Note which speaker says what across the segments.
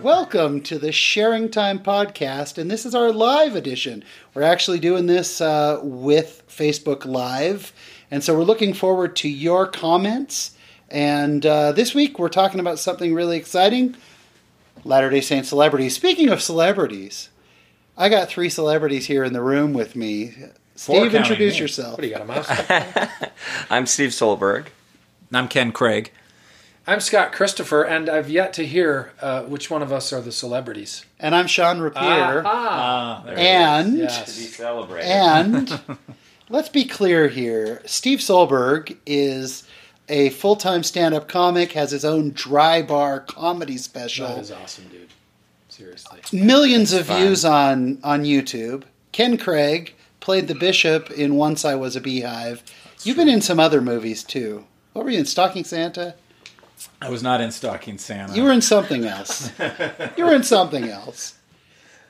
Speaker 1: Welcome to the Sharing Time podcast, and this is our live edition. We're actually doing this uh, with Facebook Live, and so we're looking forward to your comments. And uh, this week we're talking about something really exciting Latter day Saint celebrities. Speaking of celebrities, I got three celebrities here in the room with me. Steve,
Speaker 2: counting
Speaker 1: introduce
Speaker 2: me.
Speaker 1: yourself.
Speaker 3: What do you got, a mouse?
Speaker 4: I'm Steve Solberg.
Speaker 2: I'm Ken Craig.
Speaker 3: I'm Scott Christopher, and I've yet to hear uh, which one of us are the celebrities.
Speaker 1: And I'm Sean
Speaker 3: Ah,
Speaker 1: Rapier.
Speaker 2: Uh, there
Speaker 1: and.
Speaker 3: Yes.
Speaker 4: celebrated.
Speaker 1: And let's be clear here Steve Solberg is a full time stand up comic, has his own dry bar comedy
Speaker 3: That
Speaker 1: special,
Speaker 3: is awesome, dude. Seriously.
Speaker 1: millions of
Speaker 4: fun.
Speaker 1: views on, on YouTube. Ken Craig played the bishop in Once I Was a Beehive. You've been in some other movies too. What were you in? Stalking Santa?
Speaker 2: I was not in Stocking Santa.
Speaker 1: You were in something else. you were in something else.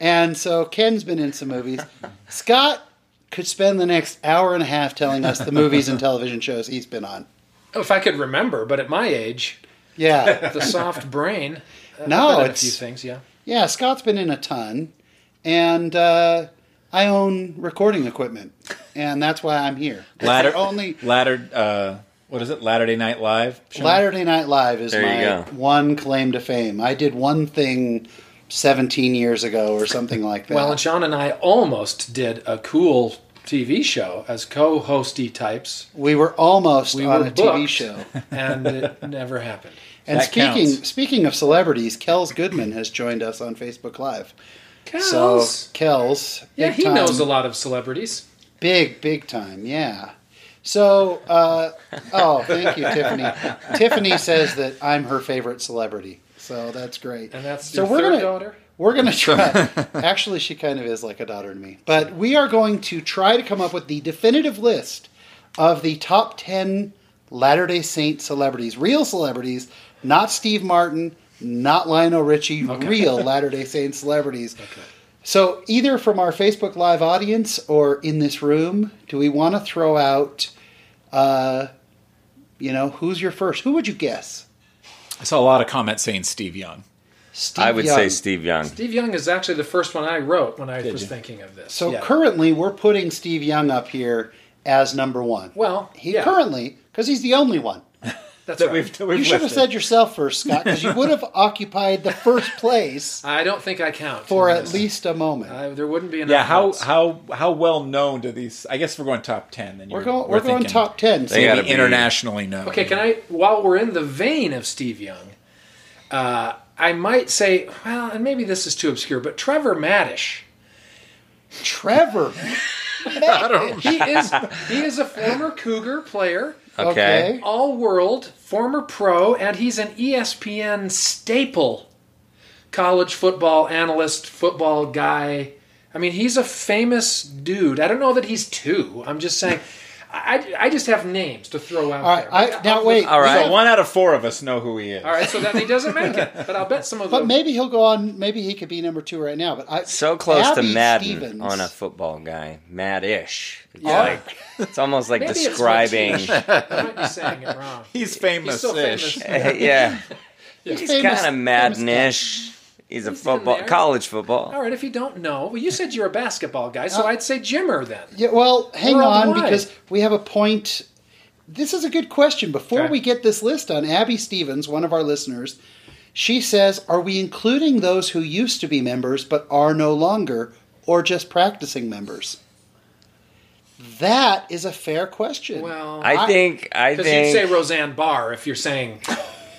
Speaker 1: And so Ken's been in some movies. Scott could spend the next hour and a half telling us the movies and television shows he's been on.
Speaker 3: Oh, if I could remember, but at my age,
Speaker 1: Yeah.
Speaker 3: the soft brain. uh,
Speaker 1: No,
Speaker 3: I've done
Speaker 1: it's-
Speaker 3: a few things. Yeah.
Speaker 1: Yeah, Scott's been in a ton. And uh, I own recording equipment. And that's why I'm here. It's the
Speaker 2: Latter,
Speaker 1: only
Speaker 2: Latter, uh, what is it? Latter Day Night Live. Sean?
Speaker 1: Saturday Night Live is
Speaker 4: There you
Speaker 1: my
Speaker 4: go.
Speaker 1: one claim to fame. I did one thing 17 years ago or something like that.
Speaker 3: Well, and Sean and I almost did a cool TV show as co-hosty types,
Speaker 1: we were almost
Speaker 3: We
Speaker 1: on
Speaker 3: were
Speaker 1: a TV
Speaker 3: booked.
Speaker 1: show.
Speaker 3: and it never happened.
Speaker 1: And
Speaker 2: That
Speaker 1: speaking
Speaker 2: counts.
Speaker 1: speaking of celebrities, Kels Goodman has joined us on Facebook Live. So
Speaker 3: Kels.
Speaker 1: Kels,
Speaker 3: yeah,
Speaker 1: big
Speaker 3: he
Speaker 1: time,
Speaker 3: knows a lot of celebrities.
Speaker 1: Big, big time, yeah. So, uh, oh, thank you, Tiffany. Tiffany says that I'm her favorite celebrity, so that's great.
Speaker 3: And that's
Speaker 1: so
Speaker 3: your
Speaker 1: we're
Speaker 3: third
Speaker 1: gonna
Speaker 3: daughter?
Speaker 1: we're gonna try. Actually, she kind of is like a daughter to me, but we are going to try to come up with the definitive list of the top ten Latter Day Saint celebrities, real celebrities, not Steve Martin, not Lionel Richie, real Latter Day Saint celebrities. So, either from our Facebook Live audience or in this room, do we want to throw out, uh, you know, who's your first? Who would you guess?
Speaker 2: I saw a lot of comments saying Steve Young.
Speaker 1: Steve
Speaker 4: I would
Speaker 1: Young.
Speaker 4: say Steve Young.
Speaker 3: Steve Young is actually the first one I wrote when I
Speaker 2: Did
Speaker 3: was
Speaker 2: you?
Speaker 3: thinking of this.
Speaker 1: So
Speaker 3: Yeah.
Speaker 1: currently, we're putting Steve Young up here as number one.
Speaker 3: well,
Speaker 1: he
Speaker 3: yeah,
Speaker 1: currently because he's the only one.
Speaker 3: that's
Speaker 2: That
Speaker 3: right.
Speaker 2: we've,
Speaker 1: You
Speaker 2: we've
Speaker 1: should have
Speaker 2: listed.
Speaker 1: said yourself first, Scott, because you would have occupied the first place
Speaker 3: I don't think I count
Speaker 1: for
Speaker 3: in
Speaker 1: at
Speaker 3: this.
Speaker 1: least a moment.
Speaker 4: Uh,
Speaker 3: I, there wouldn't be enough.
Speaker 2: Yeah. How
Speaker 3: votes.
Speaker 2: how how well known do these? I guess we're going top ten. Then
Speaker 1: we're
Speaker 2: you're-
Speaker 1: going. We're, going
Speaker 2: thinking
Speaker 1: top ten. So
Speaker 4: They gotta
Speaker 2: Maybe
Speaker 4: be-
Speaker 2: internationally known.
Speaker 3: Okay, can I? While we're in the vein of Steve Young, uh, I might say, well, and maybe this is too obscure, but Trevor Maddish.
Speaker 1: Trevor.
Speaker 3: He is he is a former Cougar player,
Speaker 4: Okay.
Speaker 1: Okay.
Speaker 3: all world, former pro, and he's an E ESPN staple, college football analyst, football guy. I mean, he's a famous dude. I don't know that he's two. I'm just saying. I, I just have names to throw out
Speaker 1: All right.
Speaker 3: there.
Speaker 1: I, now wait.
Speaker 4: All right.
Speaker 1: we
Speaker 2: So
Speaker 1: have-
Speaker 2: one out of four of us know who he is.
Speaker 3: All right, so that he doesn't make it, but I'll bet some of
Speaker 1: But
Speaker 3: them.
Speaker 1: maybe he'll go on. Maybe he could be number two right now. But I,
Speaker 4: So close
Speaker 1: Abby
Speaker 4: to Madden
Speaker 1: Stevens-
Speaker 4: on a football guy. Mad-ish. It's
Speaker 3: Yeah.
Speaker 4: like it's almost like
Speaker 3: Maybe it's
Speaker 4: describing.
Speaker 3: Matisse. I might be saying it wrong.
Speaker 2: He's famous.
Speaker 3: He's so famous.
Speaker 4: yeah. He's
Speaker 1: famous-
Speaker 4: kind of Madden-ish. He's a
Speaker 3: He's Oh, in
Speaker 4: football,
Speaker 3: there.
Speaker 4: college football.
Speaker 3: All right, if you don't know, well, you said you're a basketball guy,
Speaker 1: Uh,
Speaker 3: so I'd say Jimmer then.
Speaker 1: Yeah, well, hang on
Speaker 3: Worldwide.
Speaker 1: because we have a point. This is a good question. Before
Speaker 3: Okay.
Speaker 1: we get this list on, Abby Stevens, one of our listeners, she says, Are we including those who used to be members but are no longer, or just practicing members? That is a fair question.
Speaker 3: Well,
Speaker 4: I think. I
Speaker 3: because you'd
Speaker 4: think.
Speaker 3: say Roseanne Barr if you're saying,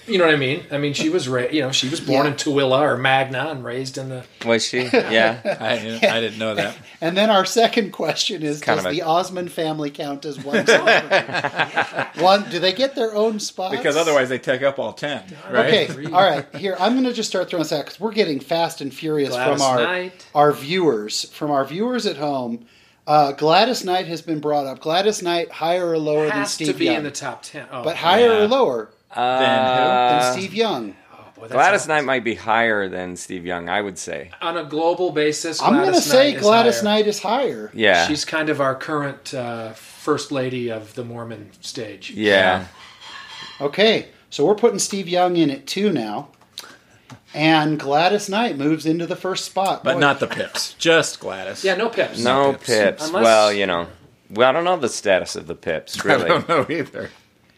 Speaker 3: you know what I mean? I mean, she was ra- you know she was born
Speaker 1: Yeah.
Speaker 3: in Tooele or Magna and raised in the.
Speaker 4: was she? Yeah.
Speaker 2: I, didn't- I didn't know that.
Speaker 1: and then our second question is
Speaker 4: kind
Speaker 1: Does
Speaker 4: of a-
Speaker 1: the Osmond family count as one celebrity? one, do they get their own spot?
Speaker 2: Because otherwise they take up all ten, right?
Speaker 1: Okay, all right. Here, I'm going to just start throwing this out because we're getting fast and furious
Speaker 3: Gladys
Speaker 1: from our
Speaker 3: Knight.
Speaker 1: our viewers, from our viewers at home. Uh, Gladys Knight has been brought up. Gladys Knight, higher or lower than
Speaker 3: Has
Speaker 1: Steve
Speaker 3: to be
Speaker 1: Young?
Speaker 3: in the top ten. Oh,
Speaker 1: but higher
Speaker 2: Yeah.
Speaker 1: or lower
Speaker 2: Then
Speaker 1: than
Speaker 4: Uh,
Speaker 1: Steve Young?
Speaker 3: oh, boy, that's
Speaker 4: Gladys
Speaker 3: a-
Speaker 4: Knight might be higher than Steve Young. I would say.
Speaker 3: on a global basis.
Speaker 1: I'm going to
Speaker 3: Gladys
Speaker 1: say
Speaker 3: Knight is
Speaker 1: Gladys
Speaker 3: higher.
Speaker 1: Knight is higher.
Speaker 4: Yeah.
Speaker 3: She's kind of our current uh, first lady of the Mormon stage.
Speaker 4: yeah.
Speaker 1: Okay, so we're putting Steve Young in at two now. And Gladys Knight moves into the first spot.
Speaker 2: But
Speaker 1: Boy,
Speaker 2: not the pips. Just Gladys.
Speaker 3: Yeah, no pips.
Speaker 4: No
Speaker 2: Pips.
Speaker 4: pips.
Speaker 3: Unless-
Speaker 4: Well, you know, well, I don't know the status of the pips
Speaker 2: I
Speaker 4: really.
Speaker 2: don't know either.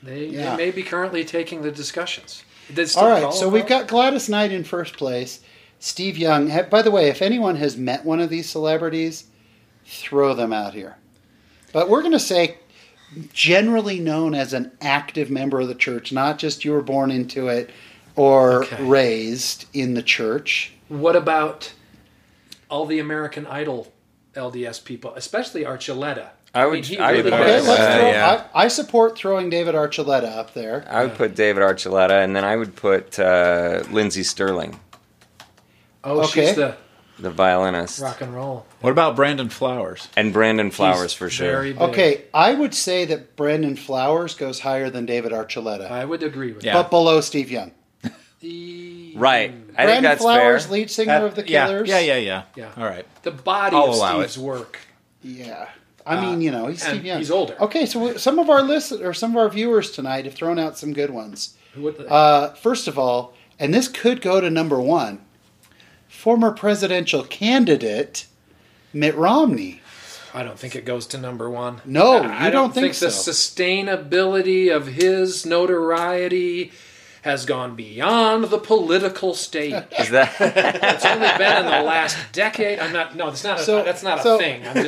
Speaker 3: They,
Speaker 1: Yeah.
Speaker 3: they may be currently taking the discussions. They still
Speaker 1: All right,
Speaker 3: call
Speaker 1: so
Speaker 3: it
Speaker 1: we've
Speaker 3: out?
Speaker 1: got Gladys Knight in first place. Steve Young. Ha- By the way, if anyone has met one of these celebrities, throw them out here. But we're going to say generally known as an active member of the church, not just you were born into it or
Speaker 3: Okay.
Speaker 1: raised in the church.
Speaker 3: What about all the American Idol LDS people, especially Archuleta?
Speaker 4: I would- I would put
Speaker 1: Okay,
Speaker 3: does.
Speaker 1: let's
Speaker 4: Uh,
Speaker 1: throw,
Speaker 2: yeah.
Speaker 1: I, I support throwing David Archuleta up there.
Speaker 4: I would put David Archuleta, and then I would put uh, Lindsey Sterling,
Speaker 3: oh,
Speaker 1: okay.
Speaker 3: she's the
Speaker 4: the violinist,
Speaker 3: rock and roll.
Speaker 2: What about Brandon Flowers?
Speaker 4: and Brandon Flowers
Speaker 3: She's
Speaker 4: for sure.
Speaker 3: very big.
Speaker 1: Okay, I would say that Brandon Flowers goes higher than David Archuleta,
Speaker 3: I would agree with
Speaker 2: Yeah.
Speaker 1: but below Steve Young.
Speaker 3: that. The-
Speaker 4: Right. I think
Speaker 1: Brandon
Speaker 4: that's
Speaker 1: Flowers,
Speaker 4: fair.
Speaker 1: lead singer of the
Speaker 2: yeah,
Speaker 1: Killers.
Speaker 2: Yeah, yeah, yeah,
Speaker 3: Yeah.
Speaker 2: All right.
Speaker 3: The body
Speaker 2: I'll
Speaker 3: of
Speaker 2: allow
Speaker 3: Steve's work.
Speaker 1: Yeah. I mean, you know, he's
Speaker 3: Uh, and
Speaker 1: Steve Young.
Speaker 3: he's older.
Speaker 1: Okay, so we- some of our listeners, or some of our viewers tonight have thrown out some good ones.
Speaker 3: What the-
Speaker 1: Uh, first of all, and this could go to number one, former presidential candidate Mitt Romney.
Speaker 3: I don't think it goes to number one.
Speaker 1: No,
Speaker 3: I-
Speaker 1: you
Speaker 3: I
Speaker 1: don't think
Speaker 3: the
Speaker 1: so.
Speaker 3: sustainability of his notoriety has gone beyond the political stage.
Speaker 4: Is that
Speaker 3: it's only been in the last decade. I'm not. No, that's not. A,
Speaker 1: So-
Speaker 3: that's not a
Speaker 1: so-
Speaker 3: thing. I'm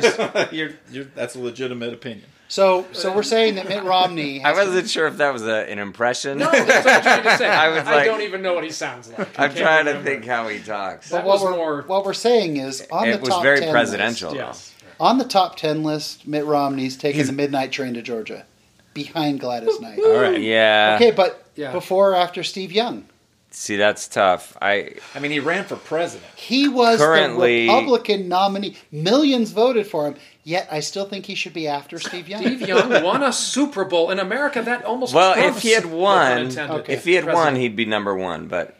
Speaker 3: just.
Speaker 2: you're, you're, that's a legitimate opinion.
Speaker 1: So, so we're saying that Mitt Romney.
Speaker 4: I
Speaker 1: Has,
Speaker 4: wasn't sure if that was a, an impression.
Speaker 3: No, that's what I'm trying to say. I,
Speaker 4: I was
Speaker 3: I
Speaker 4: like-
Speaker 3: don't even know what he sounds like. I
Speaker 4: I'm
Speaker 3: can't
Speaker 4: trying to
Speaker 3: remember.
Speaker 4: think how he talks.
Speaker 3: But-
Speaker 1: but what
Speaker 3: was
Speaker 1: we're,
Speaker 3: more-
Speaker 1: what we're saying is on the
Speaker 4: It was
Speaker 1: top
Speaker 4: very
Speaker 1: 10
Speaker 4: presidential.
Speaker 1: list-
Speaker 3: Yes.
Speaker 1: on the top ten list, Mitt Romney's taking
Speaker 2: He's-
Speaker 1: the midnight train to Georgia, behind Gladys Knight.
Speaker 2: All right.
Speaker 4: Yeah.
Speaker 1: Okay, but
Speaker 3: Yeah.
Speaker 1: before or after Steve Young?
Speaker 4: See, that's tough. I
Speaker 2: I mean, he ran for president.
Speaker 1: He was
Speaker 4: Currently-
Speaker 1: the Republican nominee. Millions voted for him. Yet I still think he should be after Steve Young.
Speaker 3: Steve Young won a Super Bowl in America. That almost
Speaker 4: well,
Speaker 3: trumps-
Speaker 4: if he had
Speaker 3: No pun
Speaker 4: won,
Speaker 3: intended.
Speaker 1: Okay.
Speaker 4: if he had won,
Speaker 3: President
Speaker 4: he'd be number one. But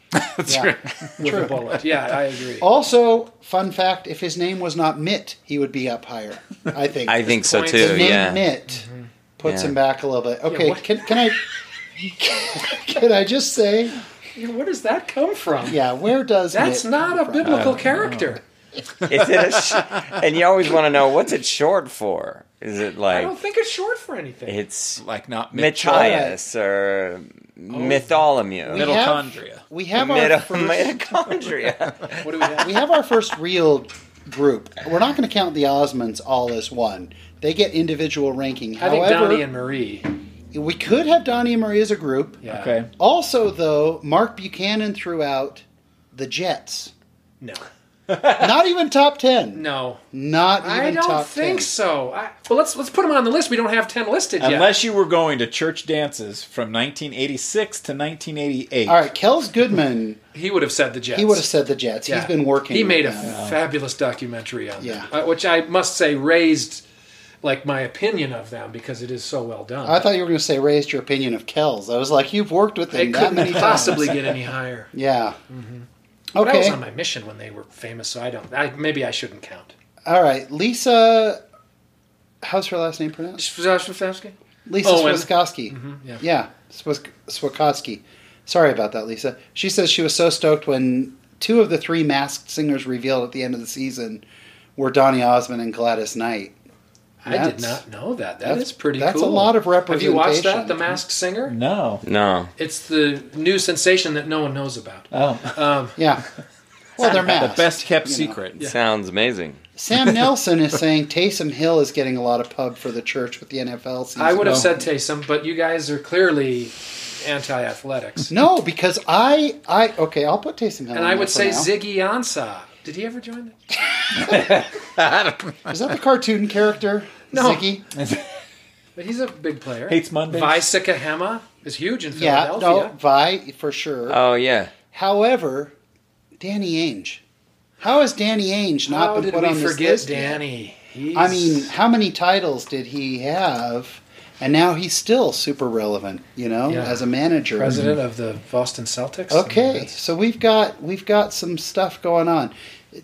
Speaker 1: Yeah.
Speaker 3: with a bullet. Yeah, I agree.
Speaker 1: Also, fun fact: if his name was not Mitt, he would be up higher. I think.
Speaker 4: I think so
Speaker 3: points.
Speaker 4: too.
Speaker 1: the name
Speaker 4: Yeah.
Speaker 1: Mitt puts
Speaker 4: Yeah.
Speaker 1: him back a little bit. Okay,
Speaker 3: Mm-hmm. what-
Speaker 1: can, can I? Can I just say,
Speaker 3: Where does that come from?
Speaker 1: yeah? Uh, Where does
Speaker 3: That's
Speaker 1: Mitt
Speaker 3: not
Speaker 1: come
Speaker 3: a
Speaker 1: from?
Speaker 3: biblical character.
Speaker 4: Is it a sh- and you always want to know what's it short for? Is it
Speaker 3: I
Speaker 4: like
Speaker 3: don't think it's short for anything.
Speaker 4: it's
Speaker 2: Like not
Speaker 4: Matthias or
Speaker 1: We
Speaker 4: Mytholomew?
Speaker 1: have-
Speaker 2: Mitochondria.
Speaker 1: We have our
Speaker 4: Mito-
Speaker 1: first,
Speaker 4: Mitochondria.
Speaker 3: What do we have?
Speaker 1: we have our first real group. We're not going to count the Osmonds all as one. They get individual ranking.
Speaker 3: I think
Speaker 1: However,
Speaker 3: Donnie and Marie.
Speaker 1: We could have Donnie and Marie as a group.
Speaker 3: Yeah.
Speaker 2: Okay.
Speaker 1: Also, though, Mark Buchanan threw out the Jets.
Speaker 3: No.
Speaker 1: Not even top ten.
Speaker 3: No.
Speaker 1: Not even
Speaker 3: I don't
Speaker 1: top 10.
Speaker 3: think so. I, well, let's let's put them on the list. We don't have ten listed yet.
Speaker 2: Unless you were going to church dances from 1986 to 1988.
Speaker 1: All right, Kels Goodman.
Speaker 3: he would have said the Jets.
Speaker 1: He would have said the Jets.
Speaker 3: Yeah.
Speaker 1: He's been working.
Speaker 3: He made a
Speaker 1: with them.
Speaker 3: fabulous documentary on
Speaker 1: Yeah.
Speaker 3: them, uh, which I must say raised like my opinion of them because it is so well done.
Speaker 1: I thought you were going to say raised your opinion of Kels. I was like, you've worked with
Speaker 3: they
Speaker 1: him that many
Speaker 3: couldn't
Speaker 1: times.
Speaker 3: possibly Mm-hmm. get any higher.
Speaker 1: Yeah.
Speaker 3: But I was
Speaker 1: Okay.
Speaker 3: on my mission when they were famous, so I don't. I, maybe I shouldn't count.
Speaker 1: All right, Lisa. How's her last name pronounced?
Speaker 3: Swazdowski?
Speaker 1: Lisa
Speaker 3: Owen. Mm-hmm.
Speaker 1: Swaskowski.
Speaker 3: Yeah.
Speaker 1: Yeah, Swis- Swakowski. Sorry about that, Lisa. She says she was so stoked when two of the three masked singers revealed at the end of the season were Donny Osmond and Gladys Knight.
Speaker 3: I did
Speaker 1: That's-
Speaker 3: not know that. That
Speaker 1: that's-
Speaker 3: is pretty.
Speaker 1: that's a
Speaker 3: cool.
Speaker 1: lot of
Speaker 3: Have you watched that?
Speaker 1: representation.
Speaker 3: The Masked Singer.
Speaker 2: No.
Speaker 4: No.
Speaker 3: It's the new sensation that no one knows about.
Speaker 2: Oh.
Speaker 3: Um,
Speaker 1: Yeah. Well, they're
Speaker 2: The
Speaker 1: masked.
Speaker 2: best kept
Speaker 1: you know.
Speaker 2: secret.
Speaker 4: Sounds amazing.
Speaker 1: Sam Nelson is saying Taysom Hill is getting a lot of pub for the church with the NFL season.
Speaker 3: I would have
Speaker 2: No.
Speaker 3: said Taysom, but you guys are clearly anti-athletics.
Speaker 1: No, because I, I okay, I'll put Taysom Hill.
Speaker 3: And
Speaker 1: in
Speaker 3: I
Speaker 1: there
Speaker 3: would
Speaker 1: for
Speaker 3: say
Speaker 1: now.
Speaker 3: Ziggy Ansah. Did he ever join? The-
Speaker 1: Is that the cartoon character?
Speaker 3: No.
Speaker 1: Ziggy.
Speaker 3: but he's a big player.
Speaker 2: Hates Mondays.
Speaker 3: Visica Hema is huge in
Speaker 1: Yeah,
Speaker 3: Philadelphia.
Speaker 1: no, Vi for sure.
Speaker 4: Oh yeah.
Speaker 1: However, Danny Ainge. How has Danny Ainge not
Speaker 3: How
Speaker 1: been
Speaker 3: did
Speaker 1: put
Speaker 3: we
Speaker 1: on this
Speaker 3: forget
Speaker 1: list yet?
Speaker 3: Danny? He's-
Speaker 1: I mean, how many titles did he have? And now he's still super relevant, you know,
Speaker 3: Yeah.
Speaker 1: as a manager.
Speaker 3: president of the Boston Celtics. I mean,
Speaker 1: Okay,
Speaker 3: that's-
Speaker 1: so we've got we've got some stuff going on.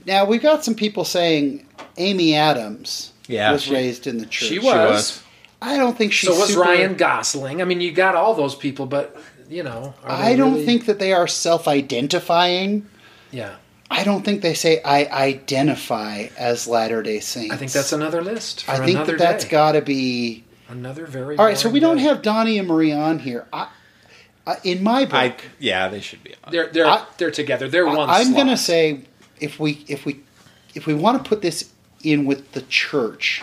Speaker 1: Now we've got some people saying Amy Adams
Speaker 2: Yeah,
Speaker 1: was
Speaker 2: she-
Speaker 1: raised in the church.
Speaker 3: she was.
Speaker 2: was.
Speaker 1: I don't think she's
Speaker 3: So was
Speaker 1: super-
Speaker 3: Ryan Gosling. I mean, you got all those people, but you know. are they
Speaker 1: I don't
Speaker 3: really-
Speaker 1: think that they are self-identifying.
Speaker 3: Yeah,
Speaker 1: I don't think they say I identify as Latter Day Saints.
Speaker 3: I think that's another list. For
Speaker 1: I think
Speaker 3: another
Speaker 1: that that's
Speaker 3: day.
Speaker 1: got to be.
Speaker 3: another very.
Speaker 1: All right, so
Speaker 3: boring
Speaker 1: we don't
Speaker 3: day.
Speaker 1: have Donnie and Marie on here. I, I, in my book,
Speaker 2: I yeah, they should be. On.
Speaker 3: They're they're
Speaker 1: I-
Speaker 3: they're together. They're one.
Speaker 1: I, am
Speaker 3: slot.
Speaker 1: going to say if we if we if we want to put this in with the church,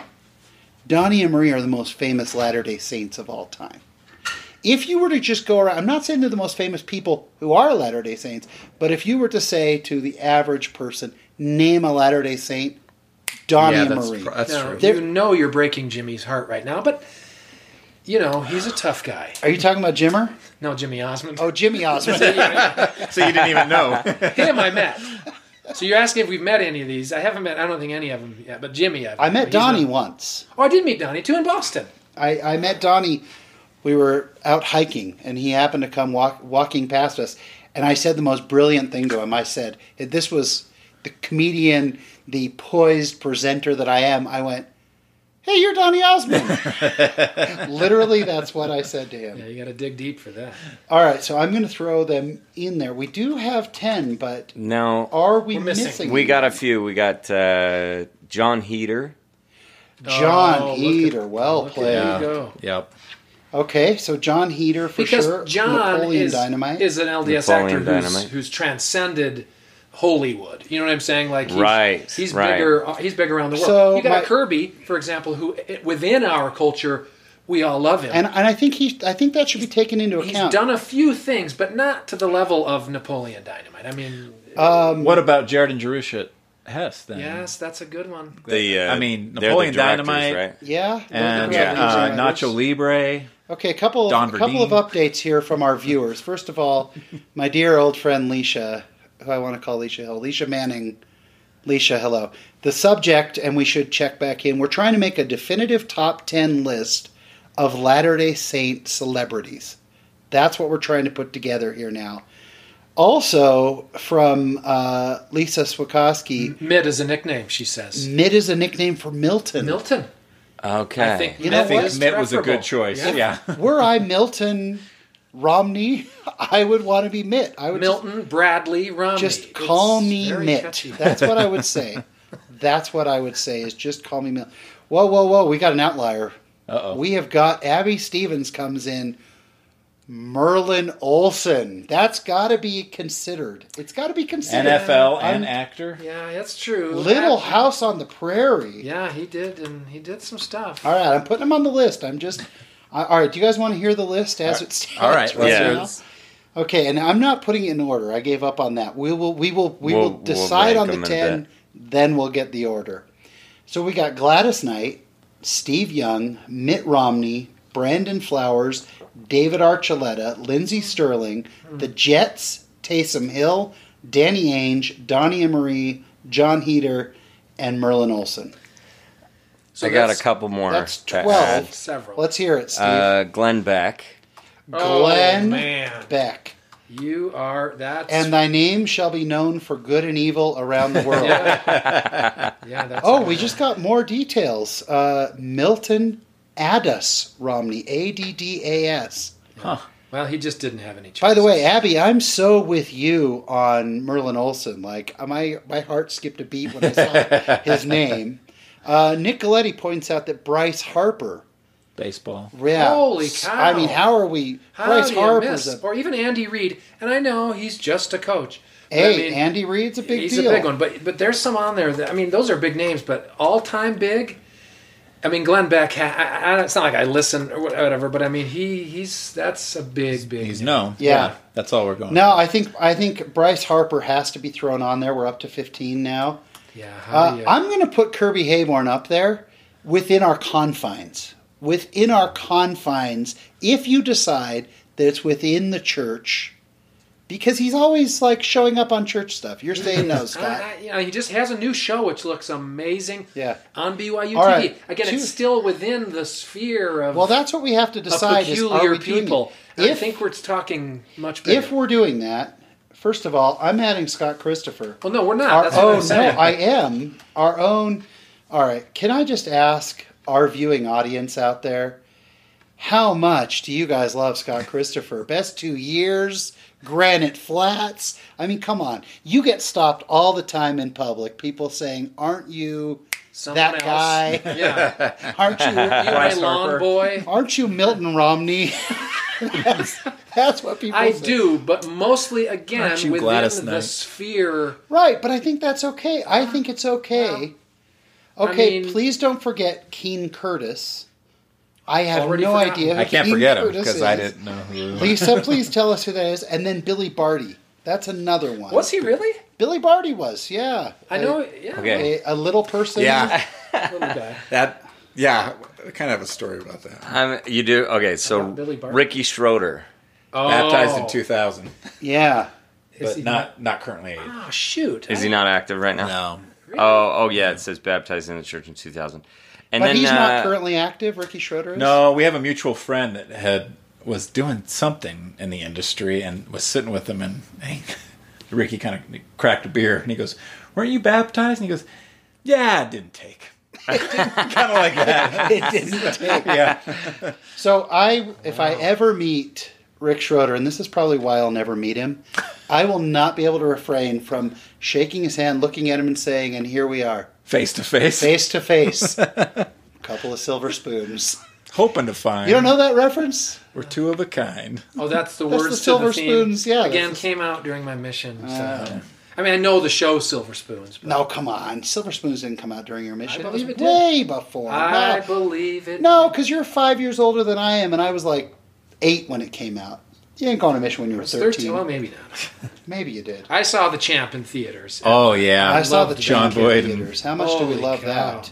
Speaker 1: Donnie and Marie are the most famous Latter Day Saints of all time. If you were to just go around, I'm not saying they're the most famous people who are Latter Day Saints, but if you were to say to the average person, name a Latter Day Saint, Donnie
Speaker 2: yeah,
Speaker 1: and
Speaker 2: that's,
Speaker 1: Marie.
Speaker 2: pro- that's
Speaker 3: Now,
Speaker 2: true.
Speaker 1: They're-
Speaker 3: you know you're breaking Jimmy's heart right now, but you know he's a tough guy.
Speaker 1: are you talking about Jimmer?
Speaker 3: No, Jimmy Osmond.
Speaker 1: Oh, Jimmy Osmond.
Speaker 2: so you didn't even know.
Speaker 3: him I met. So you're asking if we've met any of these? I haven't met. I don't think any of them yet. But Jimmy, I've
Speaker 1: I met
Speaker 3: He's
Speaker 1: Donnie
Speaker 3: not-
Speaker 1: once.
Speaker 3: oh, I did meet Donnie too in Boston.
Speaker 1: I, I met Donnie. We were out hiking, and he happened to come walk, walking past us. And I said the most brilliant thing to him. I said, "This was the comedian, the poised presenter that I am." I went, "Hey, you're Donnie Osmond." Literally, that's what I said to
Speaker 3: Yeah,
Speaker 1: him.
Speaker 3: you got to dig deep for that.
Speaker 1: All right, so I'm going to throw them in there. We do have ten, but
Speaker 4: No,
Speaker 1: are we
Speaker 3: We're
Speaker 1: missing?
Speaker 3: missing.
Speaker 4: we got a few. We got uh, John Heater.
Speaker 1: John
Speaker 3: Oh, look at-
Speaker 1: Heater. well
Speaker 3: look at
Speaker 1: played.
Speaker 3: There you go.
Speaker 2: Yep.
Speaker 1: Okay, so John Heater for
Speaker 3: because
Speaker 1: sure.
Speaker 3: John
Speaker 1: Napoleon
Speaker 3: is,
Speaker 1: Dynamite.
Speaker 3: is an LDS
Speaker 4: Napoleon
Speaker 3: actor who's,
Speaker 4: Dynamite.
Speaker 3: who's transcended Hollywood. You know what I'm saying? Like he's,
Speaker 4: Right,
Speaker 3: he's
Speaker 4: right.
Speaker 3: bigger. uh, He's big around the world.
Speaker 1: So
Speaker 3: you got
Speaker 1: my-
Speaker 3: a Kirby, for example, who i- within our culture we all love him.
Speaker 1: and and I think he I think that should be taken into
Speaker 3: he's
Speaker 1: account.
Speaker 3: done a few things, but not to the level of Napoleon Dynamite. I mean,
Speaker 1: Um,
Speaker 2: What about Jared and Jerusha Hess then?
Speaker 3: yes, that's a good one.
Speaker 4: The uh,
Speaker 2: I mean,
Speaker 4: they're the
Speaker 2: Napoleon
Speaker 4: directors,
Speaker 2: Dynamite.
Speaker 4: right?
Speaker 1: yeah,
Speaker 2: And
Speaker 1: Those are the
Speaker 2: uh,
Speaker 1: reasons.
Speaker 2: Nacho Libre.
Speaker 1: Okay, a couple
Speaker 2: Don
Speaker 1: a couple of
Speaker 2: Verdeen.
Speaker 1: updates here from our viewers. First of all, my dear old friend Leisha, who I want to call Leisha Hill, Leisha Manning, Leisha, hello. The subject, and we should check back in. We're trying to make a definitive top ten list of Latter Day Saint celebrities. That's what we're trying to put together here now. Also, from uh, Lisa Swakowski,
Speaker 3: Mid is a nickname, she says.
Speaker 1: Mid is a nickname for
Speaker 3: Milton.
Speaker 4: Okay.
Speaker 3: I think
Speaker 1: You
Speaker 2: I
Speaker 1: know
Speaker 2: think
Speaker 1: what?
Speaker 2: Mitt was a good
Speaker 3: Preferable.
Speaker 2: choice.
Speaker 3: Yeah.
Speaker 2: Yeah.
Speaker 1: Were I Milton Romney, I would want to be Mitt. I would just-
Speaker 3: Milton, Bradley, Romney.
Speaker 1: just,
Speaker 3: It's
Speaker 1: call me
Speaker 3: very
Speaker 1: Mitt.
Speaker 3: catchy.
Speaker 1: That's what I would say. That's what I would say is just call me Mitt. Whoa, whoa, whoa! We got an outlier.
Speaker 2: Uh-oh.
Speaker 1: We have got Abby Stevens comes in. Merlin Olson. That's got to be considered. It's got to be considered.
Speaker 2: NFL
Speaker 1: I'm-
Speaker 2: and actor.
Speaker 3: Yeah, that's true.
Speaker 1: Little
Speaker 3: That-
Speaker 1: House on the Prairie.
Speaker 3: Yeah, he did, and he did some stuff.
Speaker 1: All right, I'm putting them on the list. I'm just. I- All right, do you guys want to hear the list as it stands?
Speaker 2: All right,
Speaker 1: right
Speaker 4: let's
Speaker 1: now?
Speaker 4: hear
Speaker 2: this.
Speaker 1: Okay, and I'm not putting it in order. I gave up on that. We will. We will. We
Speaker 4: We'll-
Speaker 1: will
Speaker 4: we'll
Speaker 1: decide
Speaker 4: rank
Speaker 1: on
Speaker 4: them
Speaker 1: the
Speaker 4: in a
Speaker 1: ten. Then we'll get the order. So we got Gladys Knight, Steve Young, Mitt Romney, Brandon Flowers, David Archuleta, Lindsey Sterling, the Jets, Taysom Hill, Danny Ainge, Donnie and Marie, John Heater, and Merlin Olson.
Speaker 3: So
Speaker 4: I got a
Speaker 3: that's
Speaker 4: couple more.
Speaker 1: That's
Speaker 4: to
Speaker 1: twelve.
Speaker 4: add.
Speaker 3: Several.
Speaker 1: Let's hear it, Steve.
Speaker 4: Uh, Glenn Beck.
Speaker 1: Glenn
Speaker 3: Oh, man.
Speaker 1: Beck.
Speaker 3: You are that's
Speaker 1: And thy name shall be known for good and evil around the world.
Speaker 3: yeah. yeah, that's
Speaker 1: Oh,
Speaker 3: a-
Speaker 1: we just got more details. Uh, Milton Addis Romney, A D D A S.
Speaker 3: well, he just didn't have any. Choice.
Speaker 1: By the way, Abby, I'm so with you on Merlin Olson. Like my my heart skipped a beat when I saw his name. Uh, Nicoletti points out that Bryce Harper.
Speaker 2: Baseball.
Speaker 1: Yeah,
Speaker 3: Holy
Speaker 1: I mean,
Speaker 3: cow.
Speaker 1: how are we?
Speaker 3: How
Speaker 1: Bryce
Speaker 3: do you
Speaker 1: Harper's
Speaker 3: miss?
Speaker 1: a,
Speaker 3: or even Andy Reid, and I know he's just a coach. but
Speaker 1: hey,
Speaker 3: I mean,
Speaker 1: Andy Reid's a big
Speaker 3: he's
Speaker 1: deal.
Speaker 3: a big one. But but there's some on there that I mean, those are big names, but all time big. I mean, Glenn Beck. Ha- I, I, it's not like I listen or whatever, but I mean, he he's that's a big big.
Speaker 2: He's
Speaker 3: name.
Speaker 2: known.
Speaker 1: Yeah.
Speaker 2: That's all we're going.
Speaker 1: No, I think I think Bryce Harper has to be thrown on there. We're up to 15 now.
Speaker 3: Oh, Yeah, how
Speaker 1: Uh,
Speaker 3: do you,
Speaker 1: I'm going to put Kirby Hayborn up there within our confines. Within our confines, if you decide that it's within the church, because he's always like showing up on church stuff. You're saying no, Scott.
Speaker 3: I- I- Uh, you know, he just has a new show which looks amazing.
Speaker 1: Yeah.
Speaker 3: On BYU
Speaker 1: All
Speaker 3: TV.
Speaker 1: right.
Speaker 3: Again,
Speaker 1: Two-
Speaker 3: it's still within the sphere of
Speaker 1: Well, that's what we have to
Speaker 3: of
Speaker 1: decide. Is, are
Speaker 3: peculiar
Speaker 1: we doing
Speaker 3: people.
Speaker 1: it?
Speaker 3: I
Speaker 1: If,
Speaker 3: think we're talking much bigger.
Speaker 1: if we're doing that, first of all, I'm adding Scott Christopher.
Speaker 3: well, no, we're not.
Speaker 1: Our
Speaker 3: Ah, That's what
Speaker 1: own,
Speaker 3: I'm
Speaker 1: Oh, no,
Speaker 3: saying.
Speaker 1: I am. Our own. All right. Can I just ask our viewing audience out there How much do you guys love Scott Christopher? Best two years, Granite Flats. I mean, come on. You get stopped all the time in public. People saying, "Aren't you
Speaker 3: Someone
Speaker 1: that
Speaker 3: else.
Speaker 1: guy?
Speaker 3: Yeah.
Speaker 1: Aren't
Speaker 3: You
Speaker 1: you?
Speaker 3: my
Speaker 2: Bryce
Speaker 3: lawn
Speaker 2: Harper.
Speaker 3: boy.
Speaker 1: Aren't you Milton Romney?" that's, that's what people.
Speaker 3: I
Speaker 1: say.
Speaker 3: do, but mostly again
Speaker 2: Aren't you
Speaker 3: within
Speaker 2: Gladys
Speaker 3: the
Speaker 2: Knight?
Speaker 3: sphere.
Speaker 1: Right, but I think that's okay. I think it's okay.
Speaker 3: Well, I
Speaker 1: okay,
Speaker 3: mean-
Speaker 1: please don't forget Keen Curtis. I have
Speaker 3: Already
Speaker 1: no
Speaker 3: forgotten.
Speaker 1: idea. Who
Speaker 2: I can't
Speaker 1: Keen
Speaker 2: forget him
Speaker 1: Curtis
Speaker 2: because I
Speaker 1: is.
Speaker 2: didn't know who.
Speaker 1: Lisa, please tell us who that is. And then Billy Barty. That's another one.
Speaker 3: Was he really?
Speaker 1: Billy Barty was, yeah.
Speaker 3: I know. Yeah.
Speaker 4: Okay.
Speaker 1: A, a little person.
Speaker 2: Yeah,
Speaker 3: Little guy.
Speaker 2: that. Yeah, I kind of have a story about that.
Speaker 4: I'm, you do okay. So
Speaker 3: got Billy Barton.
Speaker 4: Ricky Schroeder.
Speaker 3: Oh.
Speaker 2: Baptized in 2000,
Speaker 1: Yeah.
Speaker 3: Is
Speaker 2: but
Speaker 3: he
Speaker 2: not not currently.
Speaker 3: not- Oh shoot.
Speaker 4: Is he not active right now?
Speaker 2: No,
Speaker 4: Oh, oh yeah. It says baptized in the church in 2000. And
Speaker 1: But
Speaker 4: then
Speaker 1: he's
Speaker 4: uh,
Speaker 1: not currently active, Ricky Schroeder is?
Speaker 2: no. We have a mutual friend that had was doing something in the industry and was sitting with him, and hey, Ricky kind of cracked a beer, and he goes, "Weren't you baptized?" And he goes, "Yeah, it didn't take." kind of like that.
Speaker 1: It didn't take.
Speaker 2: Yeah.
Speaker 1: So I, if I ever meet Rick Schroeder, and this is probably why I'll never meet him, I will not be able to refrain from shaking his hand, looking at him, and saying, "And here we are,
Speaker 2: face to face,
Speaker 1: face to face." Couple of silver spoons.
Speaker 2: hoping to find.
Speaker 1: You don't know that reference?
Speaker 2: We're two of a kind.
Speaker 3: Oh, that's the
Speaker 1: That's
Speaker 3: words
Speaker 1: the
Speaker 3: to
Speaker 1: Silver
Speaker 3: the theme.
Speaker 1: Spoons, yeah,
Speaker 3: Again,
Speaker 1: that's
Speaker 3: came out during my mission. So.
Speaker 2: Uh.
Speaker 3: I mean, I know the show Silver Spoons. But
Speaker 1: No, come on. Silver spoons didn't come out during your mission.
Speaker 3: I believe
Speaker 1: was
Speaker 3: it did.
Speaker 1: way before.
Speaker 3: I
Speaker 1: No.
Speaker 3: believe it.
Speaker 1: No, because you're five years older than I am, and I was like eight when it came out. You ain't going on a mission when you were
Speaker 3: It's 13.
Speaker 1: thirteen.
Speaker 3: Well, maybe not.
Speaker 1: Maybe you did.
Speaker 3: I saw the champ in theaters.
Speaker 2: Oh yeah,
Speaker 1: I saw the
Speaker 2: Loved John
Speaker 1: John
Speaker 2: Boyd. and-
Speaker 1: theaters. How much do we
Speaker 3: Holy
Speaker 1: love
Speaker 3: cow.
Speaker 1: that?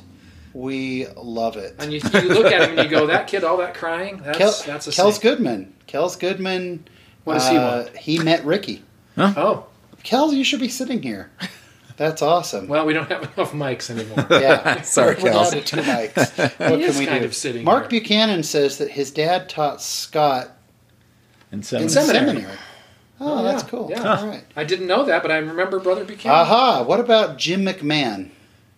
Speaker 1: We love it.
Speaker 3: And you, you look at him and you go, that kid, all that crying? That's,
Speaker 1: Kel,
Speaker 3: that's a
Speaker 1: Kels
Speaker 3: saint."
Speaker 1: Goodman. Kels Goodman. uh,
Speaker 3: What does he want?
Speaker 1: He met Ricky.
Speaker 3: Oh,
Speaker 1: Kels, you should be sitting here. That's awesome.
Speaker 3: well, we don't have enough mics anymore.
Speaker 1: yeah.
Speaker 2: Sorry,
Speaker 1: We're down
Speaker 2: Kels.
Speaker 1: to two mics. What
Speaker 3: He
Speaker 1: can
Speaker 3: is
Speaker 1: we
Speaker 3: kind
Speaker 1: do?
Speaker 3: of sitting
Speaker 1: Mark
Speaker 3: here.
Speaker 1: Buchanan says that his dad taught Scott
Speaker 2: And
Speaker 1: in
Speaker 2: seven.
Speaker 1: seminary.
Speaker 3: Seminary.
Speaker 1: Oh,
Speaker 3: Oh,
Speaker 1: that's
Speaker 3: yeah,
Speaker 1: cool.
Speaker 3: yeah.
Speaker 1: All right.
Speaker 3: I didn't know that, but I remember Brother Buchanan.
Speaker 1: Aha! What about Jim McMahon?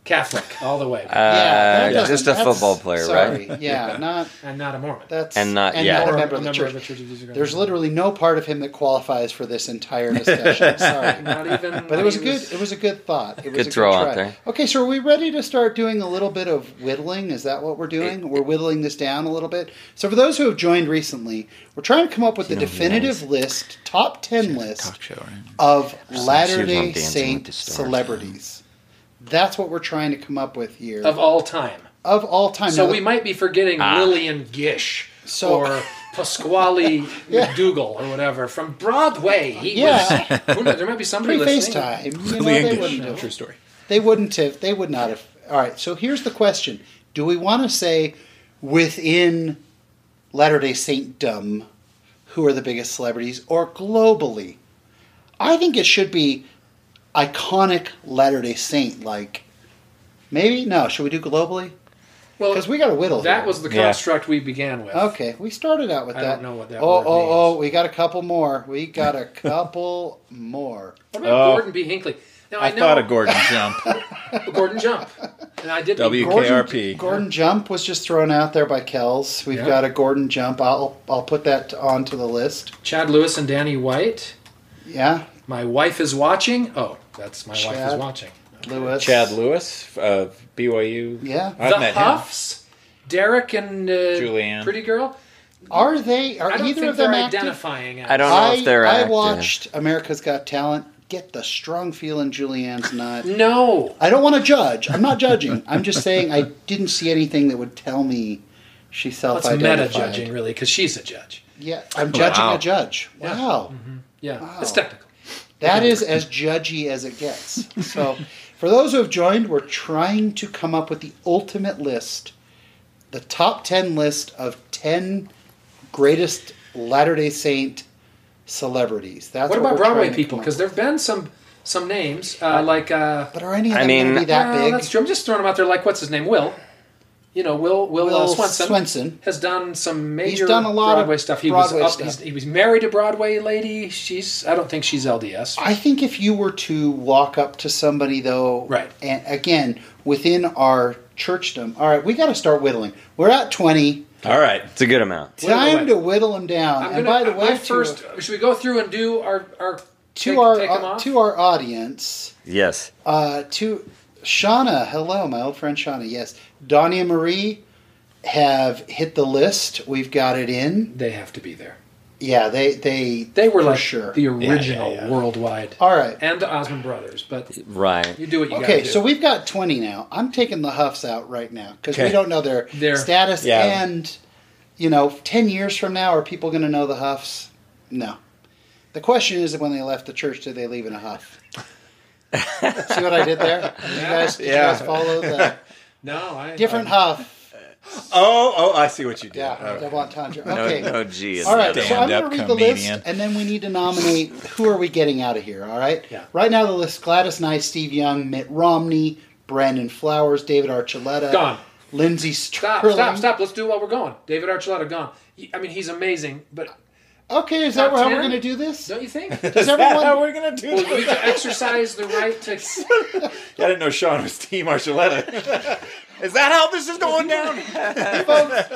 Speaker 3: Catholic, all the way.
Speaker 4: Uh,
Speaker 1: that doesn't-
Speaker 4: just a
Speaker 1: that's-
Speaker 4: football player, right?
Speaker 1: sorry, Yeah, not
Speaker 3: and not a Mormon.
Speaker 1: that's
Speaker 4: And not-
Speaker 1: and
Speaker 4: yeah.
Speaker 1: not
Speaker 3: Or
Speaker 1: a member of the church.
Speaker 3: of Jesus Christ.
Speaker 1: There's literally no part of him that qualifies for this entire discussion. Sorry.
Speaker 3: Not even.
Speaker 1: But it was a good. It was a good thought. It was
Speaker 4: Good
Speaker 1: a
Speaker 4: throw
Speaker 1: good
Speaker 4: out
Speaker 1: try.
Speaker 4: there.
Speaker 1: Okay, so are we ready to start doing a little bit of whittling? Is that what we're doing? we're whittling this down a little bit. So for those who have joined recently, we're trying to come up with the definitive list, top ten list
Speaker 2: Talk show, right?
Speaker 1: of Latter
Speaker 4: She was on
Speaker 1: Day
Speaker 4: Dancing with
Speaker 1: Saint
Speaker 4: the Stars.
Speaker 1: celebrities. That's what we're trying to come up with here
Speaker 3: of
Speaker 1: of,
Speaker 3: all time.
Speaker 1: all time.
Speaker 3: So
Speaker 1: Now,
Speaker 3: we might be forgetting
Speaker 4: Ah.
Speaker 3: Lillian Gish
Speaker 1: So-
Speaker 3: or Pasquale McDougal or whatever from Broadway. He
Speaker 1: Yeah.
Speaker 3: was. Who knows, there might be somebody
Speaker 1: pre
Speaker 3: listening.
Speaker 1: FaceTime, you know,
Speaker 2: Lily
Speaker 1: they
Speaker 2: English.
Speaker 1: wouldn't have.
Speaker 2: True story.
Speaker 1: They wouldn't have. They would not have. All right. So here's the question: Do we want to say within Latter Day Saintdom who are the biggest celebrities, or globally? I think it should be iconic Latter Day Saint. Like maybe no. Should we do globally?
Speaker 3: Well,
Speaker 1: Because we got to whittle.
Speaker 3: that
Speaker 1: here.
Speaker 3: was the
Speaker 2: Yeah.
Speaker 3: construct we began with.
Speaker 1: okay. We started out with
Speaker 3: I
Speaker 1: that.
Speaker 3: don't know what that
Speaker 1: Oh
Speaker 3: word
Speaker 1: oh oh!
Speaker 3: means.
Speaker 1: We got a couple more. We got a couple more.
Speaker 3: What about
Speaker 2: Oh.
Speaker 3: Gordon B. Hinckley? Now I,
Speaker 2: I
Speaker 3: know
Speaker 2: thought of Gordon Jump.
Speaker 3: Gordon Jump, and I did.
Speaker 2: W-
Speaker 3: Gordon-
Speaker 2: KRP.
Speaker 1: Gordon Jump was just thrown out there by Kells. We've
Speaker 3: Yeah.
Speaker 1: got a Gordon Jump. I'll I'll put that onto the list.
Speaker 3: Chad Lewis and Danny White.
Speaker 1: Yeah,
Speaker 3: My wife is watching. Oh, that's my wife is
Speaker 1: Chad.
Speaker 3: watching.
Speaker 1: Lewis.
Speaker 2: Chad Lewis of BYU.
Speaker 1: Yeah.
Speaker 2: I've
Speaker 3: the
Speaker 2: met him.
Speaker 3: Huffs, Derek and uh,
Speaker 2: Julianne.
Speaker 3: Pretty Girl.
Speaker 1: Are they? Are
Speaker 3: I don't
Speaker 1: either
Speaker 3: think
Speaker 1: of them
Speaker 3: they're
Speaker 1: active?
Speaker 3: identifying. As.
Speaker 4: I don't know
Speaker 1: I
Speaker 4: if they're
Speaker 1: I
Speaker 4: active.
Speaker 1: watched America's Got Talent. Get the strong feeling Julianne's not.
Speaker 3: No.
Speaker 1: I don't want to judge. I'm not judging. I'm just saying I didn't see anything that would tell me she
Speaker 3: That's
Speaker 1: self-identified.
Speaker 3: meta judging, really, because she's a judge.
Speaker 1: Yeah, I'm judging
Speaker 4: Wow.
Speaker 1: a judge.
Speaker 3: Yeah.
Speaker 1: Wow.
Speaker 3: Yeah,
Speaker 1: Wow.
Speaker 3: it's technical.
Speaker 1: That is as judgy as it gets. So, for those who have joined, we're trying to come up with the ultimate list, the top 10 list of 10 greatest Latter day Saint celebrities. That's
Speaker 3: What about
Speaker 1: we're
Speaker 3: Broadway
Speaker 1: trying to
Speaker 3: people?
Speaker 1: come up
Speaker 3: Because
Speaker 1: with.
Speaker 3: there've been some some names uh, like. Uh,
Speaker 1: But are any of
Speaker 4: I
Speaker 1: them going
Speaker 4: mean-
Speaker 1: to be that
Speaker 3: well,
Speaker 1: big?
Speaker 3: That's true. I'm just throwing them out there. Like, what's his name? Will. You know, Will Will, uh,
Speaker 1: Will
Speaker 3: Swenson,
Speaker 1: Swenson.
Speaker 3: has done some major
Speaker 1: done a lot of
Speaker 3: Broadway stuff. He
Speaker 1: Broadway
Speaker 3: was up,
Speaker 1: stuff.
Speaker 3: he's- he was married to Broadway lady. She's I don't think she's LDS.
Speaker 1: I think if you were to walk up to somebody though,
Speaker 3: Right.
Speaker 1: And again, within our churchdom, all right, we got to start whittling. We're at twenty.
Speaker 2: All right.
Speaker 4: It's a good amount.
Speaker 3: Whittle
Speaker 1: Time
Speaker 3: away.
Speaker 1: to whittle them down.
Speaker 3: I'm
Speaker 1: and
Speaker 3: gonna-
Speaker 1: by the way,
Speaker 3: my first, should we go through and do our our
Speaker 1: to,
Speaker 3: take,
Speaker 1: our uh,
Speaker 3: take 'em off?
Speaker 1: to our audience,
Speaker 4: Yes.
Speaker 1: uh, to Shauna, hello, my old friend Shauna. Yes, Donnie and Marie have hit the list. We've got it in.
Speaker 3: they have to be there.
Speaker 1: Yeah, they they
Speaker 3: They were
Speaker 1: for
Speaker 3: like
Speaker 1: sure.
Speaker 3: the original
Speaker 2: yeah.
Speaker 3: worldwide
Speaker 1: All right.
Speaker 3: and the Osmond Brothers, but
Speaker 4: Right.
Speaker 3: you do what you
Speaker 1: Okay,
Speaker 3: gotta do.
Speaker 1: so we've got 20 now. I'm taking the Huffs out right now because we
Speaker 2: Okay.
Speaker 1: don't know their
Speaker 3: Their-
Speaker 1: status.
Speaker 2: Yeah.
Speaker 1: And, you know, 10 years from now, are people going to know the Huffs? No. The question is when they left the church, did they leave in a huff? See what I did there? You guys, did
Speaker 4: Yeah.
Speaker 1: you guys follow the
Speaker 3: no, I,
Speaker 1: different
Speaker 3: I-
Speaker 1: huff?
Speaker 2: Oh, oh, I see what you did.
Speaker 1: Yeah,
Speaker 2: Okay.
Speaker 1: double entendre.
Speaker 4: No,
Speaker 1: Okay.
Speaker 4: no G is
Speaker 1: All right,
Speaker 4: not
Speaker 1: so I'm
Speaker 2: Stand-up
Speaker 1: going to read the
Speaker 2: comedian.
Speaker 1: list, and then we need to nominate who are we getting out of here. All right.
Speaker 3: Yeah.
Speaker 1: Right now, the list: Gladys Knight, Steve Young, Mitt Romney, Brandon Flowers, David Archuleta,
Speaker 3: Gone.
Speaker 1: Lindsey
Speaker 3: Stop!
Speaker 1: Sterling.
Speaker 3: Stop! Stop! Let's do it while we're going. David Archuleta gone. He- I mean, he's amazing, but
Speaker 1: Okay, is that
Speaker 3: Top
Speaker 1: how we're
Speaker 3: 10?
Speaker 1: going to do this?
Speaker 3: don't you think?
Speaker 1: Does
Speaker 2: Is that how
Speaker 1: everyone?
Speaker 2: we're gonna do
Speaker 3: we we
Speaker 2: this?
Speaker 3: can exercise the right to.
Speaker 2: I didn't know Sean was Team Archuleta. is that how this is going down?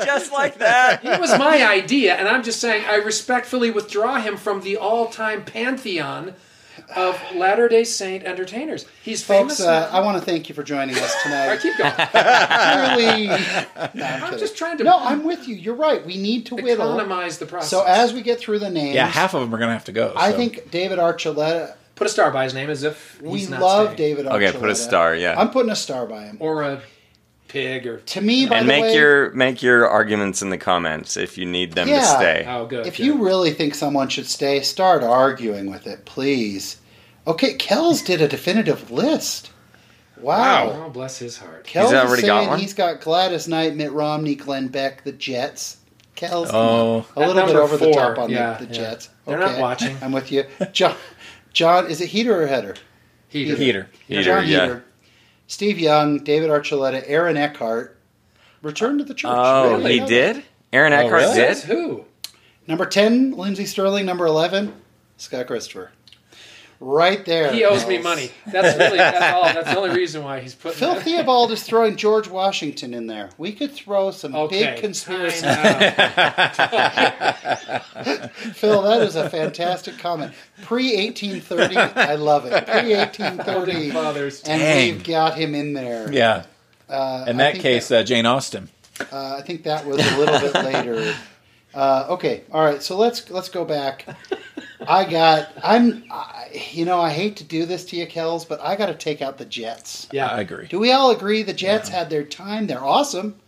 Speaker 4: Just like that.
Speaker 3: It was my idea, and I'm just saying I respectfully withdraw him from the all-time pantheon of Latter-day Saint entertainers. He's famous.
Speaker 1: Folks, uh,
Speaker 3: now.
Speaker 1: I want to thank you for joining us
Speaker 3: All right,
Speaker 1: tonight.
Speaker 3: keep going.
Speaker 1: Clearly, no, I'm,
Speaker 3: I'm
Speaker 1: kidding.
Speaker 3: just trying to
Speaker 1: No, I'm with you. You're right. We need to whittle.
Speaker 3: economize the process.
Speaker 1: So as we get through the names,
Speaker 2: Yeah, half of them are gonna have to go.
Speaker 1: I
Speaker 2: so.
Speaker 1: think David Archuleta.
Speaker 3: put a star by his name as if
Speaker 1: We
Speaker 3: he's not
Speaker 1: love
Speaker 3: staying.
Speaker 1: David Archuleta.
Speaker 4: Okay, put a star, yeah.
Speaker 1: I'm putting a star by him.
Speaker 3: or a pig or
Speaker 1: To me, by
Speaker 4: and
Speaker 1: the
Speaker 4: make
Speaker 1: way,
Speaker 4: your make your arguments in the comments if you need them to
Speaker 1: Yeah.
Speaker 4: stay.
Speaker 3: oh good.
Speaker 1: if
Speaker 3: good.
Speaker 1: you really think someone should stay, start arguing with it, please. Okay, Kells did a definitive list. Wow.
Speaker 3: oh bless his heart.
Speaker 1: Kells
Speaker 4: He's
Speaker 1: is
Speaker 4: already got
Speaker 1: saying
Speaker 4: one?
Speaker 1: He's got Gladys Knight, Mitt Romney, Glenn Beck, the Jets. Kells,
Speaker 2: Oh.
Speaker 1: a
Speaker 3: At
Speaker 1: little bit
Speaker 3: number
Speaker 1: over the
Speaker 3: four,
Speaker 1: top on the-
Speaker 3: yeah,
Speaker 1: the,
Speaker 3: yeah.
Speaker 1: Jets.
Speaker 3: They're not watching.
Speaker 1: I'm with you. John, John, is it heater or header?
Speaker 3: He did.
Speaker 2: Peter.
Speaker 4: Heater,
Speaker 1: John
Speaker 4: yeah.
Speaker 1: Heater. Steve Young, David Archuleta, Aaron Eckhart. Return to the church.
Speaker 4: Oh,
Speaker 1: Really?
Speaker 4: he did? Aaron
Speaker 2: Oh,
Speaker 4: Eckhart
Speaker 2: really?
Speaker 3: Says
Speaker 4: did?
Speaker 3: who?
Speaker 1: Number 10, Lindsey Sterling. Number 11, Scott Christopher. Right there.
Speaker 3: He owes me
Speaker 1: Kells.
Speaker 3: money. That's really that's all. That's the only reason why he's putting
Speaker 1: Phil
Speaker 3: that.
Speaker 1: Theobald is throwing George Washington in there. We could throw some
Speaker 3: Okay.
Speaker 1: big uh, conspiracy.
Speaker 3: I know.
Speaker 1: Phil, that is a fantastic comment. Pre 1830, I love it. Pre 1830.
Speaker 3: Founding fathers.
Speaker 1: And
Speaker 2: Dang.
Speaker 1: we've got him in there.
Speaker 2: Yeah.
Speaker 1: Uh,
Speaker 2: In
Speaker 1: I
Speaker 2: that
Speaker 1: think
Speaker 2: case,
Speaker 1: that-
Speaker 2: uh, Jane Austen.
Speaker 1: uh, I think that was a little bit later. Uh, okay, all right. So let's let's go back. I got. I'm. I, you know, I hate to do this to you, Kells, but I got to take out the Jets.
Speaker 3: Yeah,
Speaker 2: I agree.
Speaker 1: Do we all agree the Jets had their time? They're awesome.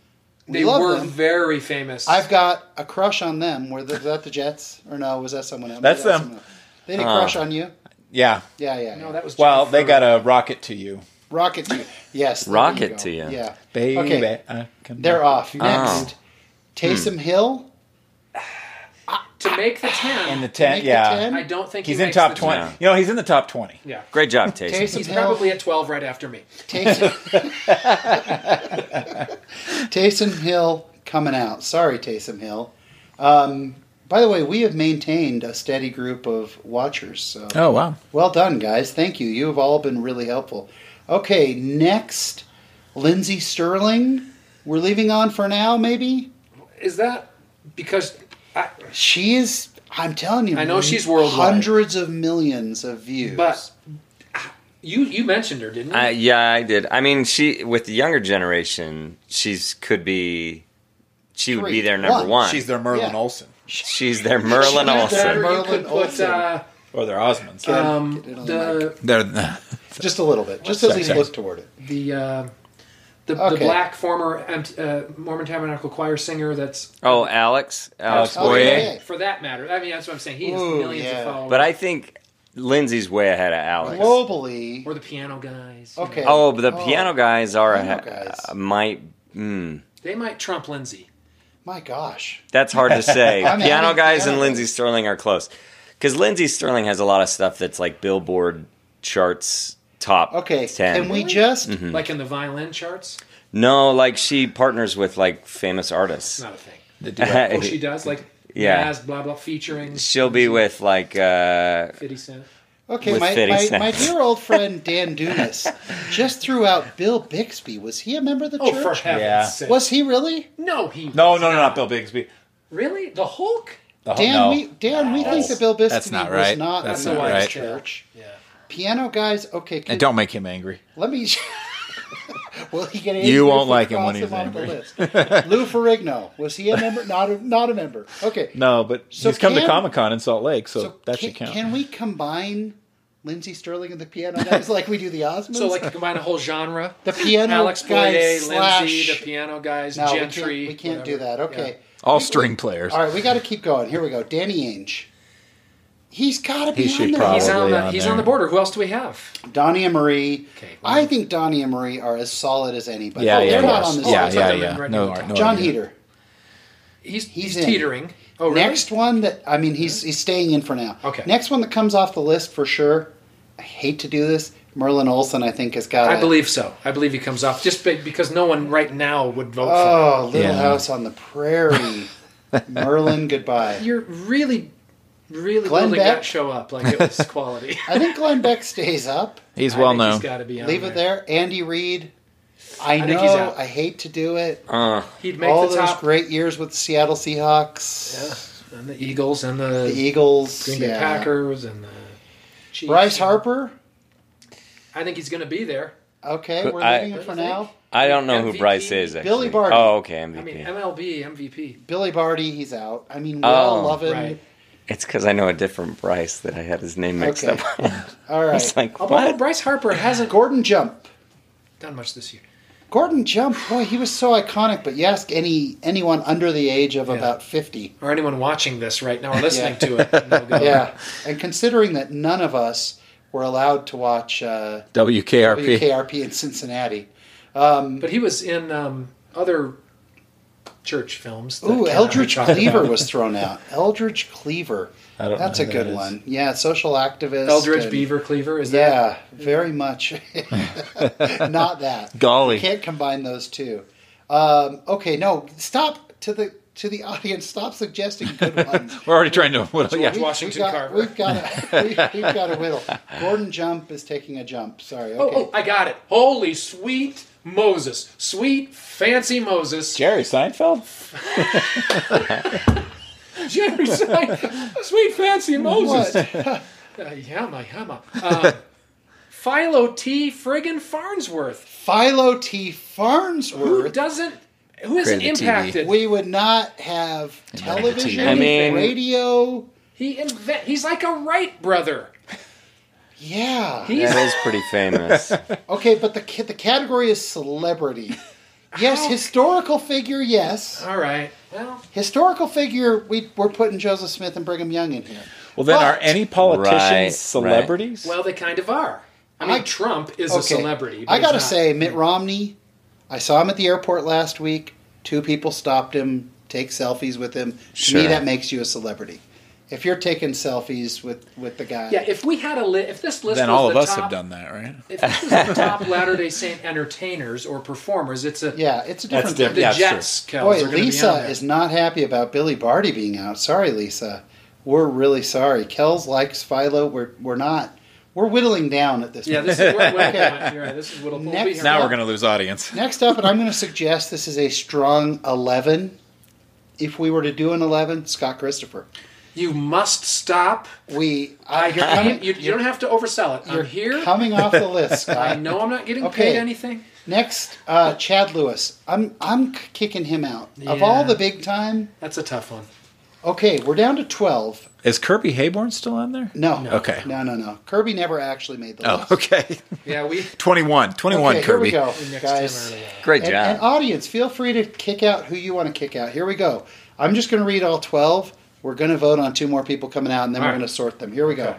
Speaker 1: We
Speaker 3: they
Speaker 1: love
Speaker 3: were
Speaker 1: them.
Speaker 3: very famous.
Speaker 1: I've got a crush on them. Were the, was that the Jets or no? Was that someone else?
Speaker 2: That's
Speaker 1: That was
Speaker 2: them.
Speaker 1: someone else. They didn't crush on you.
Speaker 2: Yeah.
Speaker 1: Yeah, yeah.
Speaker 3: no,
Speaker 1: yeah.
Speaker 3: that was
Speaker 2: Well,
Speaker 3: John
Speaker 2: they
Speaker 3: Furrier.
Speaker 2: got a rocket to you.
Speaker 1: Rocket to you. Yes. there
Speaker 4: Rocket
Speaker 1: go.
Speaker 4: to you. Oh. Hmm.
Speaker 1: Yeah.
Speaker 2: Baby, Uh,
Speaker 1: Okay.
Speaker 2: I can-
Speaker 1: They're off. Next, Taysom Hill.
Speaker 3: to make the ten.
Speaker 2: in the tent.
Speaker 1: Make the
Speaker 2: Yeah,
Speaker 1: 10.
Speaker 3: I don't think
Speaker 2: he's
Speaker 3: he
Speaker 2: in
Speaker 3: makes
Speaker 2: top
Speaker 3: the
Speaker 2: twenty.
Speaker 3: 10.
Speaker 2: You know, he's in the top twenty.
Speaker 3: Yeah,
Speaker 4: Great job, Taysom.
Speaker 1: Taysom
Speaker 3: he's
Speaker 1: Hill.
Speaker 3: probably at twelve right after me.
Speaker 1: Taysom, Taysom Hill coming out. Sorry, Taysom Hill. Um, by the way, we have maintained a steady group of watchers. So
Speaker 2: Oh wow,
Speaker 1: well done, guys. Thank you. You have all been really helpful. Okay, next, Lindsey Sterling. We're leaving on for now, maybe.
Speaker 3: Is that because I,
Speaker 1: She's. I'm telling you,
Speaker 3: I know she's worldwide.
Speaker 1: Hundreds of millions of views.
Speaker 3: But you you mentioned her, didn't you?
Speaker 4: I, yeah, I did. I mean, she with the younger generation, she's could be she would
Speaker 1: Three.
Speaker 4: be their number
Speaker 1: One.
Speaker 4: one.
Speaker 2: she's their Merlin
Speaker 1: Yeah.
Speaker 2: Olson
Speaker 4: She's their Merlin
Speaker 1: She's
Speaker 4: Olsen.
Speaker 1: their
Speaker 3: Or you
Speaker 1: Merlin
Speaker 3: could put
Speaker 1: Olsen.
Speaker 3: uh,
Speaker 2: or their Osmonds.
Speaker 3: um,
Speaker 1: Get it on the
Speaker 3: the
Speaker 2: they're
Speaker 1: just a little bit, just
Speaker 2: Sorry,
Speaker 1: as we
Speaker 2: sorry.
Speaker 1: look toward it.
Speaker 3: the uh, the, the
Speaker 1: Okay.
Speaker 3: black former um, uh, Mormon Tabernacle choir singer. That's
Speaker 4: oh, Alex,
Speaker 2: Alex
Speaker 4: Alex
Speaker 1: Oh,
Speaker 2: Boyer.
Speaker 4: Boyer.
Speaker 1: Okay.
Speaker 3: for that matter. I mean, that's what I'm saying. He has
Speaker 1: Ooh,
Speaker 3: millions
Speaker 1: yeah.
Speaker 3: of followers.
Speaker 4: But I think Lindsay's way ahead of Alex.
Speaker 1: Globally,
Speaker 3: or the piano guys. you
Speaker 1: Okay.
Speaker 3: know.
Speaker 4: Oh, but the
Speaker 1: Oh.
Speaker 4: piano guys are
Speaker 1: Piano
Speaker 4: ahead.
Speaker 1: guys.
Speaker 4: uh, might. Mm,
Speaker 3: they might trump Lindsay.
Speaker 1: my gosh.
Speaker 4: that's hard to say.
Speaker 1: I'm
Speaker 4: piano
Speaker 1: adding
Speaker 4: guys
Speaker 1: piano
Speaker 4: and Lindsay
Speaker 1: guys.
Speaker 4: Sterling are close because Lindsay Sterling has a lot of stuff that's like Billboard charts top.
Speaker 1: Okay,
Speaker 4: ten. Mm-hmm.
Speaker 1: can we just
Speaker 3: Like in the violin charts,
Speaker 4: No, like she partners with like famous artists.
Speaker 3: it's not a thing.
Speaker 2: the duet.
Speaker 3: Oh, she does like
Speaker 4: Yeah.
Speaker 3: Nas, blah blah featuring
Speaker 4: She'll be with like uh,
Speaker 3: Fifty Cent.
Speaker 1: Okay,
Speaker 4: With
Speaker 1: my,
Speaker 4: fitting
Speaker 1: my,
Speaker 4: snacks.
Speaker 1: my dear old friend Dan Dunas just threw out Bill Bixby. Was he a member of the
Speaker 3: Oh, for
Speaker 1: church?
Speaker 3: heaven's
Speaker 2: Yeah.
Speaker 3: sake.
Speaker 1: Was he really?
Speaker 3: no, he
Speaker 2: No, no, no, not Bill Bixby.
Speaker 3: Really? The Hulk?
Speaker 2: The whole-
Speaker 1: Dan,
Speaker 2: Oh, no.
Speaker 1: we Dan, we think that Bill Bixby
Speaker 2: that's not
Speaker 1: was
Speaker 2: right.
Speaker 1: not
Speaker 2: That's
Speaker 1: a member
Speaker 3: not
Speaker 1: of the
Speaker 3: right.
Speaker 1: church.
Speaker 3: Yeah.
Speaker 1: Piano guys, okay, can,
Speaker 2: And don't make him angry.
Speaker 1: let me. Will he get angry
Speaker 2: You won't
Speaker 1: if we
Speaker 2: like him
Speaker 1: cross
Speaker 2: when he's
Speaker 1: off the
Speaker 2: angry.
Speaker 1: list? Lou Ferrigno was he a member? Not a not a member. Okay,
Speaker 2: No, but
Speaker 1: So
Speaker 2: he's come to
Speaker 1: can-
Speaker 2: Comic Con in Salt Lake, so, that
Speaker 1: can,
Speaker 2: should count.
Speaker 1: Can we combine Lindsey Sterling and the piano guys like we do the Osmonds?
Speaker 3: So like you combine a whole genre.
Speaker 1: the piano
Speaker 3: Alex
Speaker 1: guys
Speaker 3: Boyer,
Speaker 1: slash
Speaker 3: Lindsay, the piano guys,
Speaker 1: no,
Speaker 3: Gentry.
Speaker 1: we can't, we can't do that.
Speaker 3: whatever.
Speaker 1: Okay.
Speaker 2: All string players.
Speaker 1: All right, we got to keep going. Here we go. Danny Ainge. He's got to be
Speaker 2: He should
Speaker 1: on there.
Speaker 3: Yeah. He's on
Speaker 2: Probably
Speaker 3: the
Speaker 2: on
Speaker 3: he's
Speaker 2: there.
Speaker 3: on the border. Who else do we have?
Speaker 1: Donnie and Marie.
Speaker 3: Okay, well-
Speaker 1: I think Donnie and Marie are as solid as anybody.
Speaker 2: Yeah,
Speaker 1: Oh,
Speaker 2: yeah,
Speaker 1: they're not
Speaker 2: yes.
Speaker 1: on this
Speaker 2: yeah,
Speaker 1: list.
Speaker 2: yeah,
Speaker 3: Oh,
Speaker 2: yeah.
Speaker 3: right,
Speaker 2: No,
Speaker 3: right, right.
Speaker 2: no
Speaker 1: John
Speaker 2: idea.
Speaker 1: Heater.
Speaker 3: He's
Speaker 1: He's
Speaker 3: he's,
Speaker 1: in.
Speaker 3: teetering. Oh, really?
Speaker 1: Next one that I mean he's he's staying in for now.
Speaker 3: Okay.
Speaker 1: Next one that comes off the list for sure. I hate to do this. Merlin Olsen, I think, has got.
Speaker 3: I believe so. I believe he comes off just be- because no one right now would vote for
Speaker 1: Oh, Little
Speaker 2: Yeah.
Speaker 1: House on the Prairie. Merlin, goodbye.
Speaker 3: him. You're really, really
Speaker 1: Glenn
Speaker 3: building
Speaker 1: Beck?
Speaker 3: that show up like it was quality.
Speaker 1: I think Glenn Beck stays up.
Speaker 2: He's
Speaker 3: I
Speaker 2: well
Speaker 3: think
Speaker 2: known.
Speaker 3: He's got to be on
Speaker 1: Leave it there. Andy Reid. I
Speaker 3: think
Speaker 1: know.
Speaker 3: he's out.
Speaker 1: I hate to do it.
Speaker 4: Uh,
Speaker 3: He'd make
Speaker 1: All
Speaker 3: the
Speaker 1: those
Speaker 3: top.
Speaker 1: great years with the Seattle Seahawks,
Speaker 3: yeah, and the Eagles and the,
Speaker 1: the Eagles,
Speaker 3: Green Bay
Speaker 1: yeah.
Speaker 3: Packers and the Chiefs.
Speaker 1: Bryce Harper.
Speaker 3: I think he's going to be there.
Speaker 1: Okay,
Speaker 4: But
Speaker 1: we're
Speaker 4: I-
Speaker 1: leaving it for now.
Speaker 4: I don't know
Speaker 3: MVP,
Speaker 4: who Bryce is. Actually.
Speaker 1: Billy Barty.
Speaker 4: Oh, okay, MVP.
Speaker 3: I mean, MLB MVP.
Speaker 1: Billy Barty, he's out. I mean, we
Speaker 4: Oh,
Speaker 1: all love him.
Speaker 3: Right.
Speaker 4: it's because I know a different Bryce that I had his name mixed
Speaker 1: Okay.
Speaker 4: up. I
Speaker 1: All right.
Speaker 4: was like,
Speaker 3: Although
Speaker 4: what?
Speaker 3: Bryce Harper hasn't
Speaker 1: Gordon Jump.
Speaker 3: done much this year.
Speaker 1: Gordon Jump, boy, he was so iconic. But you ask any anyone under the age of
Speaker 3: Yeah.
Speaker 1: about fifty,
Speaker 3: Or anyone watching this right now or listening
Speaker 1: Yeah.
Speaker 3: to it. and they'll go,
Speaker 1: yeah. And considering that none of us were allowed to watch uh,
Speaker 2: WKRP.
Speaker 1: WKRP in Cincinnati,
Speaker 3: But he was in um, other church films. that
Speaker 1: Ooh,
Speaker 3: Ken
Speaker 1: Eldridge
Speaker 3: and I talked
Speaker 1: Cleaver
Speaker 3: about.
Speaker 1: was thrown out. Eldridge Cleaver.
Speaker 2: I don't
Speaker 1: That's
Speaker 2: know
Speaker 1: a
Speaker 2: who
Speaker 1: good
Speaker 2: that is.
Speaker 1: one. Yeah, social activist.
Speaker 3: Eldridge
Speaker 1: and-
Speaker 3: Beaver Cleaver is that?
Speaker 1: Yeah, very much. Not that.
Speaker 2: Golly.
Speaker 1: You can't combine those two. Um, okay, no, stop to the to the audience. Stop suggesting good ones.
Speaker 2: We're already trying to. What, yeah.
Speaker 1: We-
Speaker 3: Washington
Speaker 1: we've got,
Speaker 3: Carver.
Speaker 1: We've got a, we've, we've got a whittle. Gordon Jump is taking a jump. Sorry.
Speaker 3: Oh,
Speaker 1: Okay.
Speaker 3: oh, I got it. Holy sweet Moses, sweet fancy Moses.
Speaker 2: Jerry Seinfeld?
Speaker 3: Jerry Seinfeld. sweet fancy oh, Moses.
Speaker 1: What?
Speaker 3: Uh, yama yama. Um, Philo T. Friggin Farnsworth.
Speaker 1: Philo T.
Speaker 3: Who
Speaker 1: Farnsworth.
Speaker 3: doesn't? Who isn't
Speaker 2: Created TV.
Speaker 3: impacted?
Speaker 1: We would not have television,
Speaker 4: I mean-
Speaker 1: radio.
Speaker 3: He invent. He's like a Wright brother.
Speaker 1: Yeah.
Speaker 3: He's
Speaker 4: That is pretty famous.
Speaker 1: Okay, but the ca- the category is celebrity. Yes,
Speaker 3: How-
Speaker 1: historical figure. Yes,
Speaker 3: all right. Well,
Speaker 1: historical figure. We we're putting Joseph Smith and Brigham Young in here.
Speaker 2: Well, then, are
Speaker 1: But-
Speaker 2: any politicians
Speaker 4: Right, right.
Speaker 2: celebrities?
Speaker 3: well, they kind of are. I mean,
Speaker 1: I-
Speaker 3: Trump is
Speaker 1: Okay,
Speaker 3: a celebrity. but
Speaker 1: I
Speaker 3: he's
Speaker 1: gotta
Speaker 3: not-
Speaker 1: say, Mitt Romney. I saw him at the airport last week. Two people stopped him, take selfies with him. To
Speaker 4: Sure.
Speaker 1: me, that makes you a celebrity. If you're taking selfies with with the guy,
Speaker 3: Yeah, if we had a li- if this list
Speaker 2: then
Speaker 3: was
Speaker 2: all of
Speaker 3: the
Speaker 2: us
Speaker 3: top,
Speaker 2: have done that, right?
Speaker 3: If this was the top Latter Day Saint entertainers or performers, it's a
Speaker 1: yeah, it's a
Speaker 2: That's
Speaker 1: different.
Speaker 3: the
Speaker 1: thing.
Speaker 2: Yeah,
Speaker 3: Jets. Kells,
Speaker 1: Boy,
Speaker 3: are gonna be on
Speaker 1: Lisa
Speaker 3: there.
Speaker 1: is not happy about Billy Barty being out. Sorry, Lisa. We're really sorry. Kells likes Philo. We're we're not. We're whittling down at this.
Speaker 3: Yeah,
Speaker 1: point.
Speaker 3: this is what You're right. This is what we'll
Speaker 1: Next
Speaker 3: be here.
Speaker 2: Now
Speaker 1: Yeah.
Speaker 2: we're going to lose audience.
Speaker 1: Next up, and I'm going to suggest this is a strong eleven. If we were to do an eleven, Scott Christopher,
Speaker 3: you must stop.
Speaker 1: we
Speaker 3: I,
Speaker 1: I, you're coming,
Speaker 3: you, you don't have to oversell it.
Speaker 1: you're
Speaker 3: I'm here.
Speaker 1: coming off the list.
Speaker 3: I
Speaker 1: Scott.
Speaker 3: know I'm not getting
Speaker 1: Okay.
Speaker 3: paid anything.
Speaker 1: Next, uh, Chad Lewis. I'm I'm kicking him out of
Speaker 3: Yeah.
Speaker 1: all the big time.
Speaker 3: That's a tough one.
Speaker 1: Okay, we're down to twelve.
Speaker 2: Is Kirby Hayborn still on there?
Speaker 1: No,
Speaker 2: Okay.
Speaker 1: no, no, no. Kirby never actually made the
Speaker 2: Oh,
Speaker 1: list.
Speaker 2: okay.
Speaker 3: Yeah, we
Speaker 2: 21. 21,
Speaker 1: okay,
Speaker 2: Kirby.
Speaker 1: Here we go,
Speaker 3: next
Speaker 1: guys.
Speaker 3: time. Early.
Speaker 4: Great
Speaker 1: And,
Speaker 4: job.
Speaker 1: and audience, feel free to kick out who you want to kick out. Here we go. I'm just going to read all 12. We're going to vote on two more people coming out, and then
Speaker 3: All
Speaker 1: we're
Speaker 3: right.
Speaker 1: going to sort them. Here we go.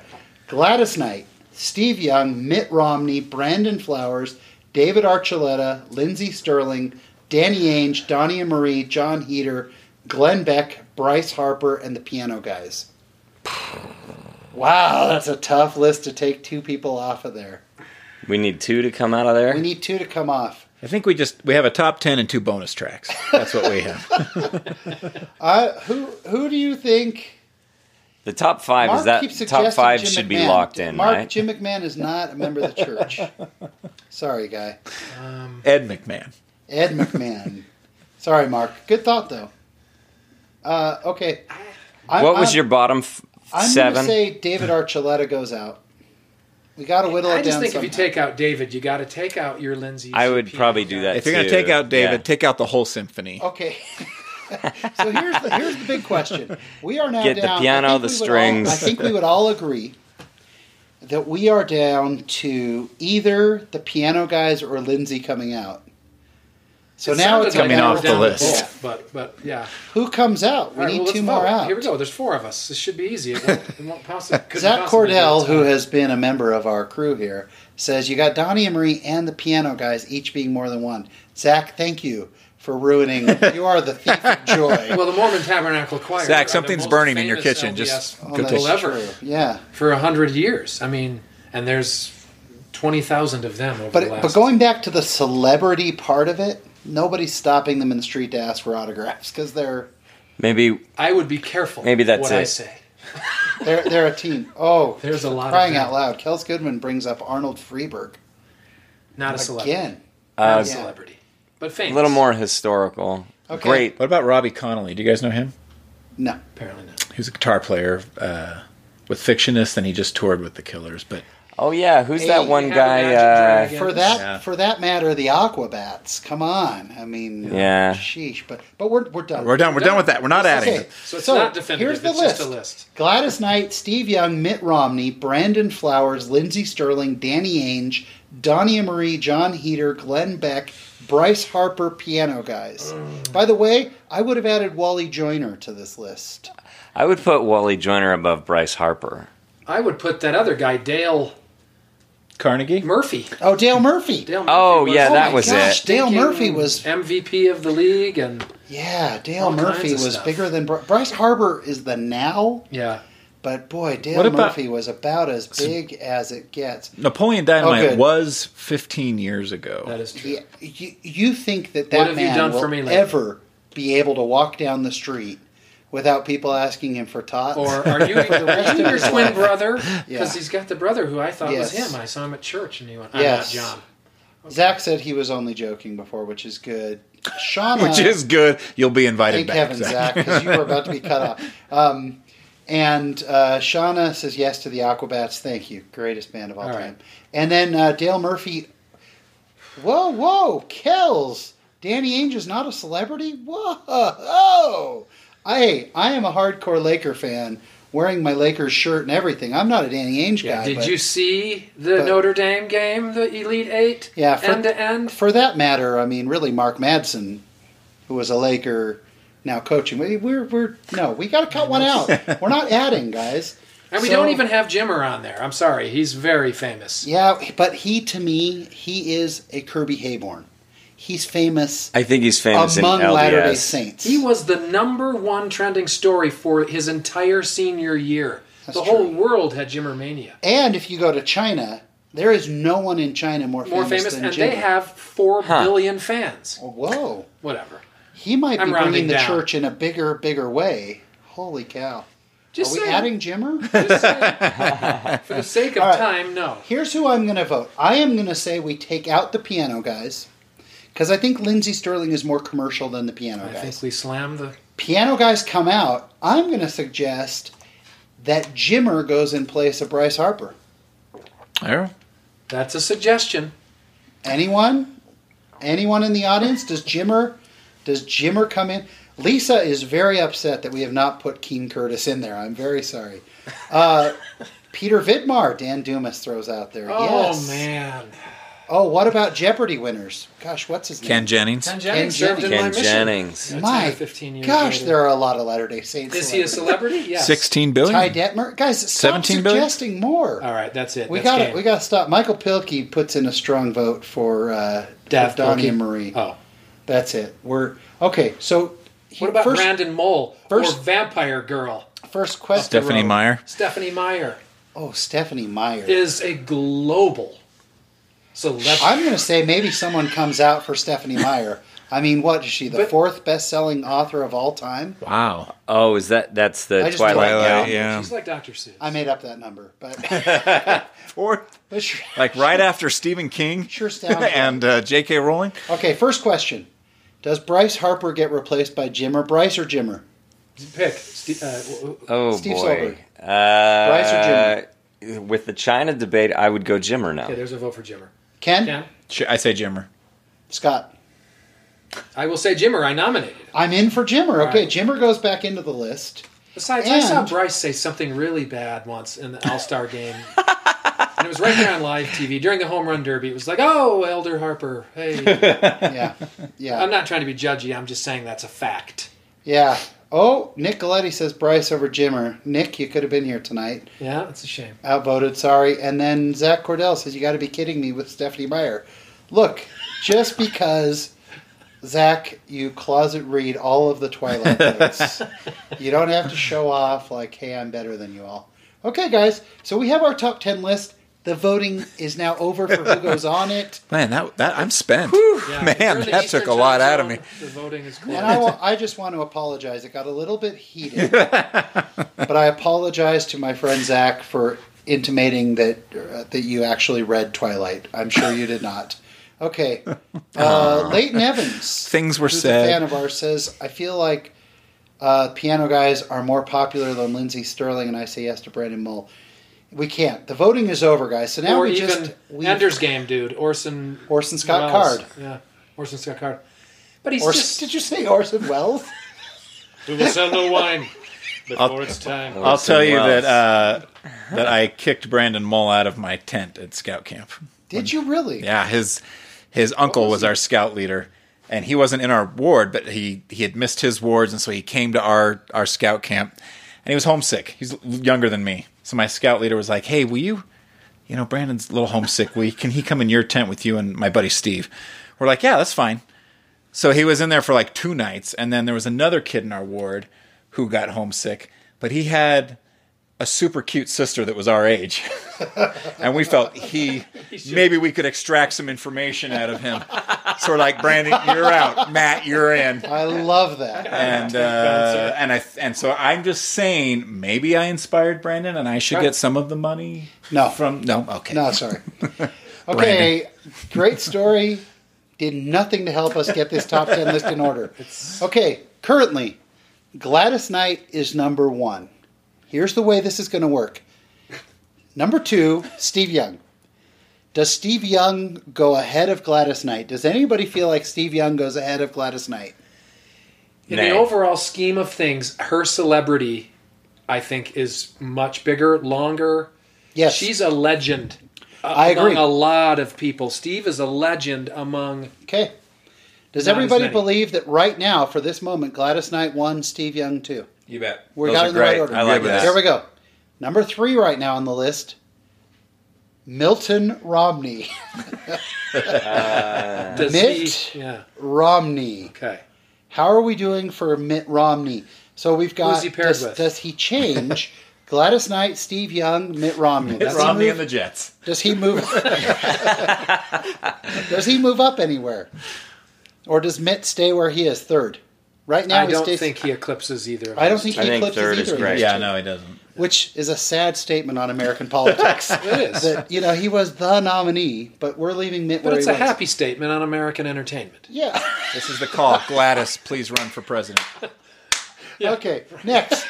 Speaker 1: Gladys Knight, Steve Young, Mitt Romney, Brandon Flowers, David Archuleta, Lindsey Sterling, Danny Ainge, Donnie and Marie, John Heater, Glenn Beck, Bryce Harper, and the Piano Guys. Wow, that's a tough list to take two people off of there.
Speaker 4: we need two to come out of there.
Speaker 1: We need two to come off.
Speaker 2: I think we just we have a top 10 and two bonus tracks. That's what we have.
Speaker 1: I, who who do you think
Speaker 4: The top five is that top five should be
Speaker 1: McMahon.
Speaker 4: locked in,
Speaker 1: Mark,
Speaker 4: right?
Speaker 1: Jim McMahon is not a member of the church. Sorry, guy.
Speaker 2: Ed McMahon.
Speaker 1: Ed McMahon. Sorry, Mark. Good thought though. Uh, okay. I'm,
Speaker 4: what was
Speaker 1: I'm-
Speaker 4: your bottom f-
Speaker 1: I'm
Speaker 4: seven?
Speaker 1: gonna say David Archuleta goes out. We got to whittle
Speaker 3: I
Speaker 1: it
Speaker 3: just
Speaker 1: down.
Speaker 3: think if you
Speaker 1: somehow.
Speaker 3: take out David, you got to take out your Lindsay.
Speaker 4: I would
Speaker 3: Sapir
Speaker 4: probably do
Speaker 3: guy.
Speaker 4: that.
Speaker 2: If you're going
Speaker 4: Two,
Speaker 2: to take out David,
Speaker 4: yeah.
Speaker 2: take out the whole symphony.
Speaker 1: Okay. so here's the here's the big question. We are now
Speaker 4: Get the
Speaker 1: down. I
Speaker 4: piano,
Speaker 1: think
Speaker 4: the
Speaker 1: we would all-
Speaker 4: strings.
Speaker 1: I think we would all agree that we are down to either the piano guys or Lindsay coming out. So
Speaker 3: It
Speaker 1: now
Speaker 3: sounded
Speaker 1: it's
Speaker 3: like
Speaker 2: Coming
Speaker 3: we
Speaker 1: about
Speaker 3: were
Speaker 2: off the
Speaker 3: down to
Speaker 2: list.
Speaker 3: both, but but yeah.
Speaker 1: Who comes out? We
Speaker 3: All right,
Speaker 1: need
Speaker 3: well,
Speaker 1: two
Speaker 3: let's
Speaker 1: more
Speaker 3: vote.
Speaker 1: out.
Speaker 3: Here we go. There's four of us. This should be easy. It won't, it won't possibly. couldn't
Speaker 1: Zach
Speaker 3: possibly be
Speaker 1: Cordell,
Speaker 3: this
Speaker 1: who
Speaker 3: hard.
Speaker 1: has been a member of our crew here, says you got Donnie and Marie and the piano guys, each being more than one. Zach, thank you for ruining. you are the thief of joy.
Speaker 3: Well, the Mormon Tabernacle Choir.
Speaker 2: Zach,
Speaker 3: are the
Speaker 2: something's
Speaker 3: most
Speaker 2: burning in your
Speaker 3: famous
Speaker 2: kitchen. Just
Speaker 3: LDS
Speaker 1: Oh,
Speaker 2: go
Speaker 1: that's
Speaker 2: take
Speaker 3: people
Speaker 2: it.
Speaker 3: ever
Speaker 1: true. Yeah.
Speaker 3: for a hundred years. I mean, and there's twenty thousand of them over the
Speaker 1: But
Speaker 3: last.
Speaker 1: but going back to the celebrity part of it, nobody's stopping them in the street to ask for autographs because they're
Speaker 4: Maybe
Speaker 3: I would be careful.
Speaker 4: Maybe that's
Speaker 3: what
Speaker 4: it.
Speaker 3: I say.
Speaker 1: they're they're a team. Oh,
Speaker 3: There's a lot of
Speaker 1: crying
Speaker 3: them.
Speaker 1: out loud. Kels Goodman brings up Arnold Freeberg
Speaker 3: Not a celebrity.
Speaker 1: again.
Speaker 3: Not
Speaker 4: Uh,
Speaker 3: a celebrity, but famous.
Speaker 4: a little more historical.
Speaker 1: Okay.
Speaker 4: Great.
Speaker 2: What about Robbie Connolly? Do you guys know him?
Speaker 1: No,
Speaker 3: Apparently not.
Speaker 2: He was a guitar player uh, with Fictionist, and he just toured with the Killers. But
Speaker 4: Oh yeah, who's
Speaker 1: Hey,
Speaker 4: that
Speaker 1: we
Speaker 4: one
Speaker 3: have
Speaker 4: guy?
Speaker 3: Imagine
Speaker 4: Uh,
Speaker 3: Dragons.
Speaker 1: for that
Speaker 2: Yeah.
Speaker 1: for that matter, the Aquabats. Come on, I mean,
Speaker 4: Yeah.
Speaker 1: sheesh. But but we're we're done.
Speaker 2: we're done. We're done with that. We're not adding
Speaker 1: Okay,
Speaker 2: it.
Speaker 3: So it's not definitive.
Speaker 1: Here's the
Speaker 3: it's
Speaker 1: list.
Speaker 3: just a list.
Speaker 1: Gladys Knight, Steve Young, Mitt Romney, Brandon Flowers, Lindsey Sterling, Danny Ainge, Donnie Marie, John Heater, Glenn Beck, Bryce Harper, piano guys. By the way, I would have added Wally Joyner to this list.
Speaker 4: I would put Wally Joyner above Bryce Harper.
Speaker 3: I would put that other guy, Dale
Speaker 2: Carnegie.
Speaker 3: Murphy.
Speaker 1: Oh, Dale Murphy.
Speaker 3: Dale Murphy
Speaker 4: Oh,
Speaker 3: was
Speaker 4: yeah,
Speaker 1: oh
Speaker 4: that
Speaker 1: my
Speaker 4: was
Speaker 1: gosh,
Speaker 4: it.
Speaker 1: Dale
Speaker 3: thinking
Speaker 1: Murphy was
Speaker 3: MVP of the league, and
Speaker 1: yeah. Dale
Speaker 3: All kinds
Speaker 1: Murphy
Speaker 3: of
Speaker 1: was
Speaker 3: stuff.
Speaker 1: bigger than Bry- Bryce Harper is the now,
Speaker 3: yeah,
Speaker 1: but boy, Dale
Speaker 2: What about-
Speaker 1: Murphy was about as big as it gets.
Speaker 2: Napoleon Dynamite
Speaker 1: Oh, good.
Speaker 2: was 15 years ago.
Speaker 3: that is true.
Speaker 1: Yeah, you, you think that
Speaker 3: What
Speaker 1: that
Speaker 3: have you
Speaker 1: man
Speaker 3: done
Speaker 1: will
Speaker 3: for me lately?
Speaker 1: ever be able to walk down the street without people asking him for tots?
Speaker 3: Or are you,
Speaker 1: rest
Speaker 3: are
Speaker 1: of
Speaker 3: you your
Speaker 1: his
Speaker 3: twin
Speaker 1: life.
Speaker 3: brother?
Speaker 1: Yeah.
Speaker 3: Because he's got the brother who I thought
Speaker 1: Yes.
Speaker 3: was him. I saw him at church, and he went, "I'm
Speaker 1: Yes.
Speaker 3: not John."
Speaker 1: Zach said he was only joking before, which is good. Shauna,
Speaker 2: Which is good. You'll be
Speaker 1: thank
Speaker 2: invited back.
Speaker 1: heaven,
Speaker 2: Zach.
Speaker 1: Zach, because you were about to be cut off. Um, and uh, Shauna says yes to the Aquabats. Thank you, greatest band of all,
Speaker 3: All
Speaker 1: time.
Speaker 3: right.
Speaker 1: And then uh, Dale Murphy. Whoa, whoa, Kells! Danny Ainge is not a celebrity. Whoa! I I am a hardcore Laker fan, wearing my Lakers shirt and everything. I'm not a Danny Ainge guy.
Speaker 3: Did
Speaker 1: but
Speaker 3: you see the
Speaker 1: but-
Speaker 3: Notre Dame game, the Elite Eight,
Speaker 1: Yeah, for-
Speaker 3: end to end?
Speaker 1: for that matter, I mean, really, Mark Madsen, who was a Laker, now coaching. We, we're we're no, we got to cut one out. We're not adding guys.
Speaker 3: And we
Speaker 1: So-
Speaker 3: don't even have Jimmer on there. I'm sorry, he's very famous.
Speaker 1: Yeah, but he to me, he is a Kirby Hayborn. He's famous
Speaker 4: I think he's famous
Speaker 1: among
Speaker 4: in LDS.
Speaker 1: Latter Day Saints.
Speaker 3: He was the number one trending story for his entire senior year.
Speaker 1: That's
Speaker 3: the whole
Speaker 1: true.
Speaker 3: world had Jimmer mania.
Speaker 1: and if you go to China, there is no one in China more,
Speaker 3: More
Speaker 1: famous,
Speaker 3: famous,
Speaker 1: than
Speaker 3: and
Speaker 1: Jimmy.
Speaker 3: they have four billion
Speaker 4: Huh.
Speaker 3: fans.
Speaker 1: Whoa,
Speaker 3: Whatever.
Speaker 1: he might
Speaker 3: I'm
Speaker 1: be bringing
Speaker 3: rounding
Speaker 1: the
Speaker 3: down.
Speaker 1: church in a bigger, bigger way. Holy cow!
Speaker 3: Just
Speaker 1: Are we
Speaker 3: saying.
Speaker 1: adding Jimmer?
Speaker 3: Just saying. for the sake of
Speaker 1: All right.
Speaker 3: time, no.
Speaker 1: Here's who I'm going to vote. I am going to say we take out the piano guys because I think Lindsey Sterling is more commercial than the piano
Speaker 3: I
Speaker 1: guys.
Speaker 3: think we slam the.
Speaker 1: Piano guys come out. I'm going to suggest that Jimmer goes in place of Bryce Harper.
Speaker 2: Oh,
Speaker 3: That's a suggestion.
Speaker 1: Anyone? Anyone in the audience? Does Jimmer? Does Jimmer come in? Lisa is very upset that we have not put Keen Curtis in there. I'm very sorry. Uh, Peter Vidmar, Dan Dumas throws out there. yes.
Speaker 3: Oh man,
Speaker 1: Oh, what about Jeopardy winners? Gosh, what's his name?
Speaker 2: Ken Jennings.
Speaker 3: Ken Jennings served in
Speaker 1: Jennings.
Speaker 3: my
Speaker 4: Ken
Speaker 3: mission.
Speaker 4: Jennings.
Speaker 3: That's
Speaker 1: My
Speaker 3: only 15 years
Speaker 1: gosh,
Speaker 3: later.
Speaker 1: there are a lot of Latter Day Saints.
Speaker 3: Is he a
Speaker 1: celebrities.
Speaker 3: celebrity? Yes.
Speaker 2: 16 billion.
Speaker 1: Ty Detmer, guys, stop
Speaker 2: 17 billion?
Speaker 1: suggesting more.
Speaker 3: All right, that's it.
Speaker 1: we
Speaker 3: that's
Speaker 1: got
Speaker 3: game.
Speaker 1: it. We got to stop. Michael Pilkey puts in a strong vote for uh,
Speaker 3: Daft
Speaker 1: Donnie
Speaker 3: Punk.
Speaker 1: and Marie.
Speaker 3: Oh,
Speaker 1: That's it. We're okay. So he-
Speaker 3: what about
Speaker 1: first,
Speaker 3: Brandon Mole
Speaker 1: first-
Speaker 3: or Vampire Girl?
Speaker 1: first quest?
Speaker 2: Stephanie
Speaker 1: row.
Speaker 2: Meyer.
Speaker 3: Stephanie Meyer
Speaker 1: Oh, Stephanie Meyer.
Speaker 3: is a global Celebrity.
Speaker 1: I'm going to say maybe someone comes out for Stephanie Meyer. I mean, what is she, the
Speaker 3: But-
Speaker 1: fourth best selling author of all time?
Speaker 2: Wow.
Speaker 4: Oh, is that that's the
Speaker 1: I just
Speaker 4: Twilight
Speaker 1: don't-
Speaker 4: Gal?
Speaker 1: Twilight,
Speaker 2: yeah.
Speaker 3: She's like Dr. Seuss.
Speaker 1: I made up that number, but,
Speaker 2: Fourth.
Speaker 1: but sure,
Speaker 2: Like right after Stephen King
Speaker 1: sure sounds right.
Speaker 2: and uh, J.K. Rowling.
Speaker 1: Okay, first question. Does Bryce Harper get replaced by Jim or Bryce or Jimmer?
Speaker 3: Pick. Ste- uh, w- w-
Speaker 4: Oh
Speaker 1: Steve
Speaker 4: boy. Uh,
Speaker 1: Bryce or
Speaker 4: With the China debate, I would go Jimmer now.
Speaker 3: okay, there's a vote for Jimmer.
Speaker 1: Ken?
Speaker 3: Ken?
Speaker 2: Sh- I say Jimmer.
Speaker 1: Scott?
Speaker 3: I will say Jimmer. I nominated. him.
Speaker 1: I'm in for Jimmer. Okay,
Speaker 3: Right.
Speaker 1: Jimmer goes back into the list.
Speaker 3: Besides, I saw
Speaker 1: And-
Speaker 3: Bryce say something really bad once in the All Star game. and it was right there on live TV during the home run derby. It was like, oh, Elder Harper. Hey.
Speaker 1: Yeah. Yeah.
Speaker 3: I'm not trying to be judgy. I'm just saying that's a fact.
Speaker 1: Yeah. Oh, Nick Galletti says Bryce over Jimmer. Nick, you could have been here tonight.
Speaker 3: Yeah, it's a shame.
Speaker 1: Outvoted, sorry. And then Zach Cordell says, You got to be kidding me with Stephanie Meyer. Look, just because, Zach, you closet read all of the Twilight books, you don't have to show off like, hey, I'm better than you all. Okay, guys, so we have our top 10 list. The voting is now over for who goes on it.
Speaker 2: Man, that, that I'm spent.
Speaker 3: Yeah, if you're
Speaker 2: Man,
Speaker 3: in the
Speaker 2: that
Speaker 3: Eastern
Speaker 2: took a lot
Speaker 3: time
Speaker 2: out of me.
Speaker 3: zone, The voting is closed.
Speaker 1: And I, wa- I just want to apologize. It got a little bit heated, but I apologize to my friend Zach for intimating that uh, that you actually read Twilight. I'm sure you did not. Okay, uh, Leighton Evans,
Speaker 2: Things were
Speaker 1: who's a fan
Speaker 2: said.
Speaker 1: of ours, says I feel like uh, piano guys are more popular than Lindsey Sterling, and I say yes to Brandon Mull. We can't. The voting is over, guys. So now
Speaker 3: or
Speaker 1: we
Speaker 3: even
Speaker 1: just we
Speaker 3: Ender's Game dude, Orson
Speaker 1: Orson Scott
Speaker 3: Welles.
Speaker 1: Card.
Speaker 3: Yeah, Orson Scott Card. But he's
Speaker 1: Orson,
Speaker 3: just
Speaker 1: did you say Orson Welles?
Speaker 3: we will sell no wine before it's time.
Speaker 2: I'll tell you
Speaker 4: Orson
Speaker 2: that uh, that I kicked Brandon Mull out of my tent at scout camp.
Speaker 1: Did you really?
Speaker 2: Yeah, his his uncle was, our scout leader, and he wasn't in our ward, but he he had missed his wards, and so he came to our our scout camp, and he was homesick. He's l- younger than me, so my scout leader was like, "Hey, will you?" You know, Brandon's a little homesick. We can he come in your tent with you and my buddy Steve? We're like, yeah, that's fine. So he was in there for like two nights, and then there was another kid in our ward who got homesick, but he had a super cute sister that was our age, and we felt he maybe we could extract some information out of him. so we're like, Brandon, you're out. Matt, you're in.
Speaker 1: I love that.
Speaker 2: And uh, and I and so I'm just saying, maybe I inspired Brandon, and I should get some of the money.
Speaker 1: No.
Speaker 2: from no, okay,
Speaker 1: No, sorry. Okay, great story. Did nothing to help us get this top 10 list in order. Okay, currently, Gladys Knight is number one. Here's the way this is going to work. Number two, Steve Young. Does Steve Young go ahead of Gladys Knight? Does anybody feel like Steve Young goes ahead of Gladys Knight?
Speaker 3: In
Speaker 4: Nay.
Speaker 3: the overall scheme of things, her celebrity, I think, is much bigger, longer.
Speaker 1: Yes.
Speaker 3: She's a legend. uh,
Speaker 1: I
Speaker 3: among
Speaker 1: agree.
Speaker 3: A lot of people. Steve is a legend among.
Speaker 1: okay. Does
Speaker 3: Not as
Speaker 1: everybody
Speaker 3: many.
Speaker 1: believe that right now, for this moment, Gladys Knight won, Steve Young two?
Speaker 4: You bet.
Speaker 1: We
Speaker 4: Those
Speaker 1: got it
Speaker 4: are
Speaker 1: in the right
Speaker 4: great.
Speaker 1: order.
Speaker 4: I like
Speaker 2: Yeah,
Speaker 4: that.
Speaker 1: Here we go. Number three right now on the list. Milton Romney.
Speaker 3: Does
Speaker 1: Mitt?
Speaker 3: he- yeah.
Speaker 1: Romney.
Speaker 3: Okay.
Speaker 1: How are we doing for Mitt Romney? So we've got.
Speaker 3: Who's he paired
Speaker 1: does,
Speaker 3: with?
Speaker 1: does he change? Gladys Knight, Steve Young, Mitt Romney.
Speaker 2: It's
Speaker 1: does
Speaker 2: Romney
Speaker 1: he
Speaker 2: and
Speaker 1: move,
Speaker 2: the Jets.
Speaker 1: Does he move? does he move up anywhere, or does Mitt stay where he is, third? Right now,
Speaker 3: I
Speaker 1: he
Speaker 3: don't
Speaker 1: stays-
Speaker 3: think he eclipses either. Of
Speaker 1: I don't
Speaker 3: us.
Speaker 1: think he
Speaker 4: I think
Speaker 1: eclipses
Speaker 4: third
Speaker 1: either
Speaker 4: is
Speaker 1: of
Speaker 4: great.
Speaker 1: those
Speaker 2: Yeah,
Speaker 1: two,
Speaker 2: no, he doesn't.
Speaker 1: which is a sad statement on American politics.
Speaker 3: it is.
Speaker 1: that you know he was the nominee, but we're leaving Mitt
Speaker 3: But
Speaker 1: where
Speaker 3: it's
Speaker 1: he
Speaker 3: a
Speaker 1: was.
Speaker 3: happy statement on American entertainment.
Speaker 1: Yeah.
Speaker 2: This is the call. Gladys, please run for president.
Speaker 1: Okay. Next,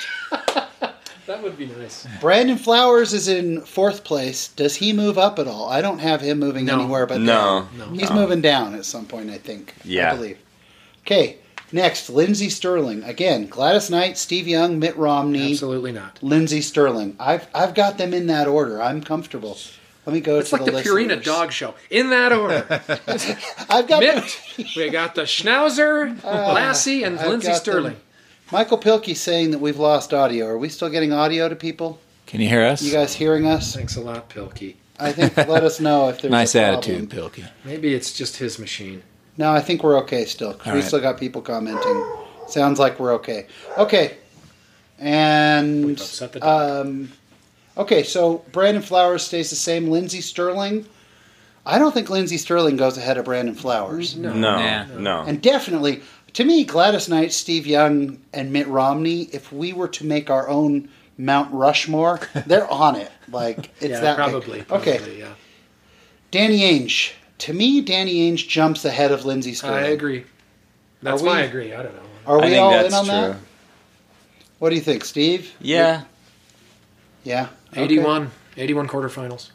Speaker 3: That would be nice.
Speaker 1: Brandon Flowers is in fourth place. Does he move up at all? I don't have him moving
Speaker 3: No.
Speaker 1: anywhere, but
Speaker 4: No.
Speaker 1: down. he's moving down at some point. I think.
Speaker 4: Yeah.
Speaker 1: I believe. Okay. Next, Lindsey Sterling again. Gladys Knight, Steve Young, Mitt Romney,
Speaker 3: Absolutely not.
Speaker 1: Lindsey Sterling. I've I've got them in that order. I'm comfortable. Let me go
Speaker 3: It's
Speaker 1: to
Speaker 3: like
Speaker 1: the,
Speaker 3: the,
Speaker 1: list.
Speaker 3: Purina dog show. In that order.
Speaker 1: I've got them-
Speaker 3: Mitt, we got the Schnauzer, Lassie, and
Speaker 1: Ah, I've
Speaker 3: Lindsay
Speaker 1: got them.
Speaker 3: Sterling.
Speaker 1: Michael Pilkey's saying that we've lost audio. Are we still getting audio to people?
Speaker 2: Can you hear us?
Speaker 1: You guys hearing us?
Speaker 3: Thanks a lot, Pilkey.
Speaker 1: I think let us know if there's
Speaker 2: nice
Speaker 1: a problem.
Speaker 2: attitude, Pilkey.
Speaker 3: Maybe it's just his machine.
Speaker 1: No, I think we're okay still. 'cause
Speaker 2: All
Speaker 1: we
Speaker 2: right.
Speaker 1: still got people commenting. Sounds like we're okay. Okay, and
Speaker 3: We've upset the dog.
Speaker 1: um, okay, so Brandon Flowers stays the same. Lindsey Sterling, I don't think Lindsey Sterling goes ahead of Brandon Flowers.
Speaker 3: No.
Speaker 4: No,
Speaker 5: Nah.
Speaker 4: no.
Speaker 1: And definitely, to me, Gladys Knight, Steve Young, and Mitt Romney, if we were to make our own Mount Rushmore, they're on it. Like, it's
Speaker 3: yeah,
Speaker 1: that big.
Speaker 3: probably, probably.
Speaker 1: Okay.
Speaker 3: Yeah.
Speaker 1: Danny Ainge. To me, Danny Ainge jumps ahead of Lindsey Sterling.
Speaker 3: I agree. That's
Speaker 1: Are we-
Speaker 3: my agree. I don't know.
Speaker 1: Are
Speaker 4: I
Speaker 1: we
Speaker 4: think
Speaker 1: all in
Speaker 4: that's
Speaker 1: on
Speaker 4: true.
Speaker 1: that? What do you think, Steve?
Speaker 4: Yeah.
Speaker 1: Yeah. Okay.
Speaker 3: 81, 81 quarterfinals.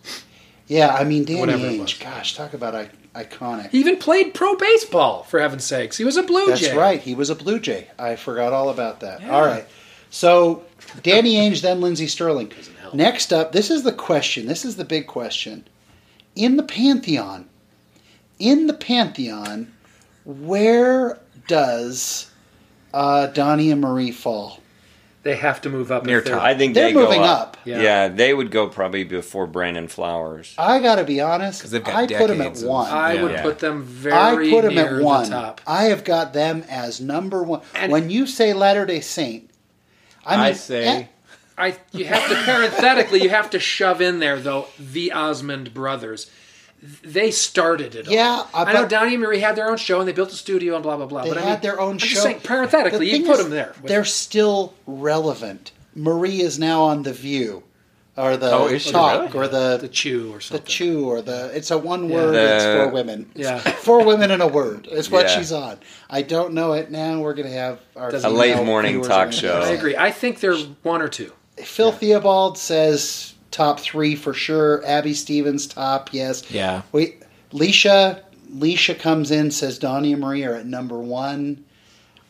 Speaker 1: Yeah, I mean, Danny
Speaker 3: Whatever it was.
Speaker 1: Ainge. Gosh, talk about I- iconic.
Speaker 3: He even played pro baseball, for heaven's sakes. He was a Blue
Speaker 1: That's
Speaker 3: Jay.
Speaker 1: right. He was a Blue Jay. I forgot all about that.
Speaker 3: Yeah.
Speaker 1: All right. So Danny Ainge, then Lindsey Sterling.
Speaker 3: help.
Speaker 1: Next up, this is the question. This is the big question. In the Pantheon, in the Pantheon, where does uh, Donnie and Marie fall?
Speaker 3: They have to move up.
Speaker 2: Near
Speaker 3: if they're-
Speaker 2: top.
Speaker 4: I think
Speaker 1: They're
Speaker 4: they
Speaker 1: moving
Speaker 4: go up.
Speaker 1: up.
Speaker 3: Yeah.
Speaker 4: Yeah. they would go probably before Brandon Flowers.
Speaker 1: I got to be honest.
Speaker 5: 'Cause they've got
Speaker 1: I put him at
Speaker 5: decades of-
Speaker 1: one.
Speaker 3: I would
Speaker 4: Yeah.
Speaker 3: put them
Speaker 1: I
Speaker 3: very
Speaker 1: put them
Speaker 3: near
Speaker 1: at one.
Speaker 3: the top.
Speaker 1: I have got them as number one.
Speaker 3: And-
Speaker 1: when you say Latter Day Saint, I, mean,
Speaker 2: I say
Speaker 3: I you have to parenthetically you have to shove in there though the Osmond brothers. They started it. all.
Speaker 1: Yeah, uh,
Speaker 3: I know
Speaker 1: but-
Speaker 3: Donnie and Marie had their own show and they built a studio and blah blah blah.
Speaker 1: they
Speaker 3: but I
Speaker 1: had
Speaker 3: mean,
Speaker 1: their own
Speaker 3: I'm
Speaker 1: show.
Speaker 3: Just saying,
Speaker 1: The
Speaker 3: parenthetically, you
Speaker 1: thing
Speaker 3: put
Speaker 1: is,
Speaker 3: them there. with-
Speaker 1: They're still relevant. Marie is now on the View, or the
Speaker 2: Oh, is she
Speaker 1: Talk, or
Speaker 2: really?
Speaker 1: the
Speaker 3: the Chew or
Speaker 1: the
Speaker 3: something.
Speaker 1: Chew, or the. It's a one word.
Speaker 4: The-
Speaker 1: It's for women.
Speaker 3: Yeah.
Speaker 1: for women in a word. It's what
Speaker 4: Yeah.
Speaker 1: shees on. I don't know it now. We're gonna have our
Speaker 3: Doesn't-
Speaker 4: A late
Speaker 1: female
Speaker 4: morning
Speaker 1: viewers on
Speaker 4: talk
Speaker 1: it.
Speaker 4: show.
Speaker 3: I agree. I think they're one or two.
Speaker 1: Phil Theobald says top three for sure. Abby Stevens top, yes.
Speaker 2: Yeah.
Speaker 1: Wait, Leisha, Leisha comes in says Donnie and Marie are at number one.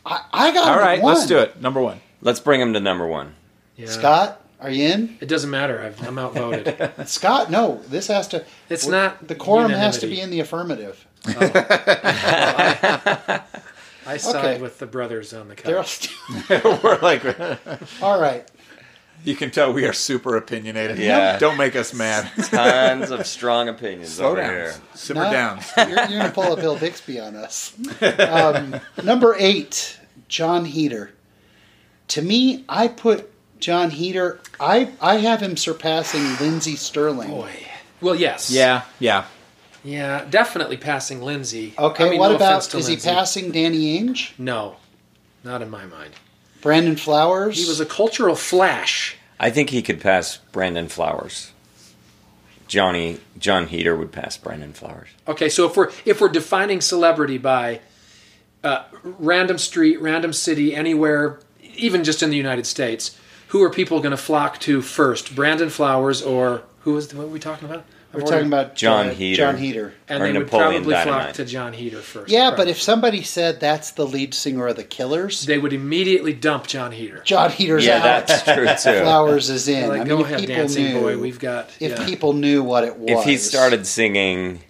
Speaker 1: I, I got
Speaker 2: All
Speaker 1: it at
Speaker 2: right,
Speaker 1: one.
Speaker 2: let's do it. Number one.
Speaker 4: Let's bring him to number one.
Speaker 3: Yeah.
Speaker 1: Scott, are you in?
Speaker 3: It doesn't matter. I've, I'm outvoted.
Speaker 1: Scott, no. This has to.
Speaker 3: It's not
Speaker 1: The quorum has to be
Speaker 3: unanimity.
Speaker 1: in the affirmative.
Speaker 3: I side
Speaker 1: Okay.
Speaker 3: with the brothers on the
Speaker 2: Oh.
Speaker 1: They're all
Speaker 3: couch.
Speaker 1: still,
Speaker 2: We're like,
Speaker 1: all right.
Speaker 2: you can tell we are super opinionated.
Speaker 4: Yeah.
Speaker 2: Don't make us mad.
Speaker 4: Tons of strong opinions over here.
Speaker 2: Simmer
Speaker 1: No.
Speaker 2: down.
Speaker 1: You're, you're going to pull a Bill Bixby on us. Um, number eight, John Heater. To me, I put John Heater. I I have him surpassing Lindsey Sterling.
Speaker 3: Boy. Well, yes.
Speaker 2: Yeah, yeah.
Speaker 3: Yeah. Definitely passing Lindsay.
Speaker 1: Okay,
Speaker 3: I mean,
Speaker 1: what
Speaker 3: no offense
Speaker 1: about
Speaker 3: to
Speaker 1: is he
Speaker 3: Lindsay.
Speaker 1: passing Danny Ainge,
Speaker 3: No, not in my mind.
Speaker 1: Brandon Flowers?
Speaker 3: He was a cultural flash.
Speaker 4: I think he could pass Brandon Flowers. Johnny John Heater would pass Brandon Flowers.
Speaker 3: Okay, so if we're if we're defining celebrity by uh, random street, random city, anywhere, even just in the United States, who are people going to flock to first? Brandon Flowers or who is the, what are we talking about?
Speaker 1: We're talking about
Speaker 4: John
Speaker 1: uh,
Speaker 4: Heater.
Speaker 1: John Heater.
Speaker 3: and
Speaker 4: or
Speaker 3: they would
Speaker 4: Napoleon
Speaker 3: probably flock
Speaker 4: Dynamite.
Speaker 3: to John Heater first.
Speaker 1: Yeah,
Speaker 3: probably.
Speaker 1: but if somebody said that's the lead singer of the Killers,
Speaker 3: they would immediately dump John Heater.
Speaker 1: John Heater's
Speaker 4: Yeah,
Speaker 1: out,
Speaker 4: that's true too.
Speaker 1: Flowers is in.
Speaker 3: Like,
Speaker 1: I mean,
Speaker 3: go
Speaker 1: if
Speaker 3: ahead,
Speaker 1: people
Speaker 3: dancing
Speaker 1: knew,
Speaker 3: boy. We've got
Speaker 1: if
Speaker 3: yeah.
Speaker 1: people knew what it was,
Speaker 4: If he started singing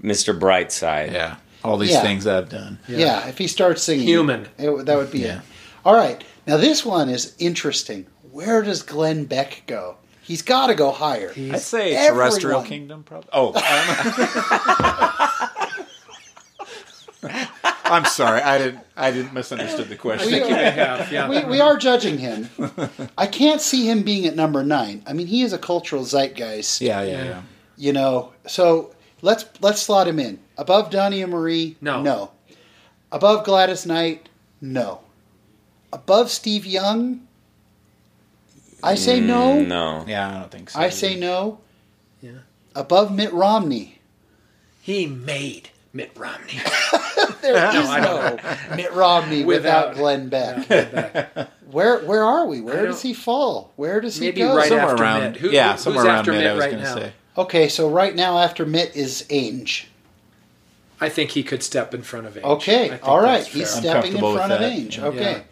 Speaker 4: Mr. Brightside.
Speaker 2: Yeah. All these
Speaker 1: Yeah.
Speaker 2: things I've done.
Speaker 1: Yeah. if he starts singing
Speaker 3: Human.
Speaker 1: it w- that would be
Speaker 2: Yeah.
Speaker 1: it. All right, now this one is interesting. Where does Glenn Beck go? He's got to go higher.
Speaker 2: I'd say
Speaker 1: Everyone.
Speaker 2: terrestrial kingdom, probably. Oh, um, I'm sorry. I didn't. I didn't misunderstood the question.
Speaker 1: We-
Speaker 3: you may have, yeah.
Speaker 1: we, we are judging him. I can't see him being at number nine. I mean, he is a cultural zeitgeist.
Speaker 2: yeah, yeah, yeah.
Speaker 1: You know, so let's let's slot him in above Donnie and Marie.
Speaker 3: No.
Speaker 1: no. Above Gladys Knight, no. Above Steve Young, I say no.
Speaker 4: No.
Speaker 2: Yeah, I don't think so.
Speaker 1: I say no.
Speaker 3: Yeah.
Speaker 1: Above Mitt Romney.
Speaker 3: he made Mitt Romney.
Speaker 1: There is no Mitt Romney without,
Speaker 3: Without-
Speaker 1: Glenn Beck.
Speaker 3: Back.
Speaker 1: Where where are we? Where
Speaker 3: don't-
Speaker 1: does he fall? Where does he
Speaker 3: Maybe
Speaker 1: go?
Speaker 3: right
Speaker 2: somewhere
Speaker 3: after
Speaker 2: around.
Speaker 3: Mitt. Who-
Speaker 2: yeah,
Speaker 3: who-
Speaker 2: somewhere
Speaker 3: who's
Speaker 2: around
Speaker 3: after
Speaker 2: mid.
Speaker 3: Mitt
Speaker 2: I was
Speaker 3: right
Speaker 2: going to
Speaker 3: now?
Speaker 2: say.
Speaker 1: Okay, so right now after Mitt is Ainge.
Speaker 3: I think he could step in front of Ainge. I
Speaker 1: Okay,
Speaker 3: think
Speaker 1: all right.
Speaker 3: that's
Speaker 1: He's
Speaker 3: fair.
Speaker 2: I'm
Speaker 1: stepping in
Speaker 2: comfortable with
Speaker 1: front of
Speaker 2: that,
Speaker 1: Ainge.
Speaker 2: yeah.
Speaker 1: Okay,
Speaker 3: Yeah.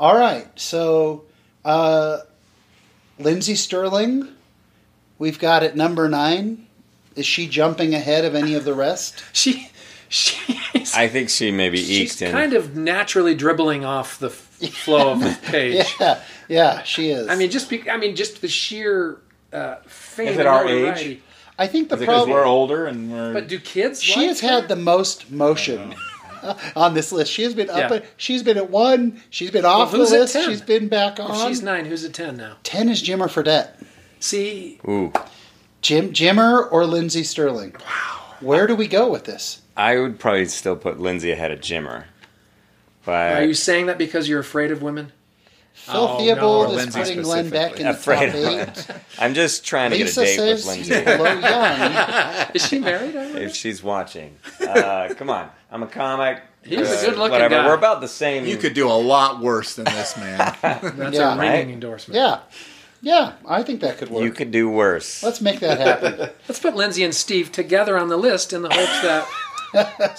Speaker 1: all right. So, uh, Lindsay Sterling, we've got at number nine. Is she jumping ahead of any of the rest?
Speaker 3: She, she's,
Speaker 4: I think she maybe
Speaker 3: she's
Speaker 4: eked in.
Speaker 3: kind of naturally dribbling off the f- flow of the page.
Speaker 1: Yeah, yeah, she is.
Speaker 3: I mean, just be, I mean, just the sheer uh, fame.
Speaker 2: Is it
Speaker 3: and
Speaker 2: our
Speaker 3: notoriety.
Speaker 2: age?
Speaker 1: I think the
Speaker 2: Because we're
Speaker 1: problem.
Speaker 2: older and we're.
Speaker 3: But do kids?
Speaker 1: She
Speaker 3: like
Speaker 1: has
Speaker 3: her?
Speaker 1: had the most motion. On this list, she has been up.
Speaker 3: Yeah.
Speaker 1: At, she's been at one. She's been off
Speaker 3: who's
Speaker 1: the
Speaker 3: at
Speaker 1: list.
Speaker 3: 10?
Speaker 1: She's been back
Speaker 3: If
Speaker 1: on.
Speaker 3: she's nine. Who's at ten now?
Speaker 1: Ten is Jimmer Fredette.
Speaker 3: See,
Speaker 4: Ooh.
Speaker 1: Jim Jimmer or Lindsey Sterling? Where do we go with this?
Speaker 4: I would probably still put Lindsay ahead of Jimmer.
Speaker 3: Are
Speaker 4: But
Speaker 3: you saying that because you're afraid of women?
Speaker 1: Phil
Speaker 3: Oh,
Speaker 1: Theobald
Speaker 2: no,
Speaker 1: is
Speaker 2: Lindsay
Speaker 1: putting Glenn Beck in the top
Speaker 4: Afraid of
Speaker 1: eight.
Speaker 4: I'm just trying to
Speaker 1: Lisa
Speaker 4: get a date
Speaker 1: says
Speaker 4: with
Speaker 1: he's
Speaker 4: Lindsay
Speaker 1: below Young.
Speaker 3: Is she married? I wonder?
Speaker 4: if she's watching. Uh, come on, I'm a comic.
Speaker 3: He's a
Speaker 4: uh,
Speaker 3: good-looking
Speaker 4: Whatever.
Speaker 3: guy.
Speaker 4: We're about the same.
Speaker 5: You could do a lot worse than this, man.
Speaker 3: That's
Speaker 1: Yeah.
Speaker 3: a ringing
Speaker 4: Right.
Speaker 3: endorsement.
Speaker 1: Yeah, yeah, I think that could work.
Speaker 4: You could do worse.
Speaker 1: Let's make that happen.
Speaker 3: Let's put Lindsay and Steve together on the list in the hopes that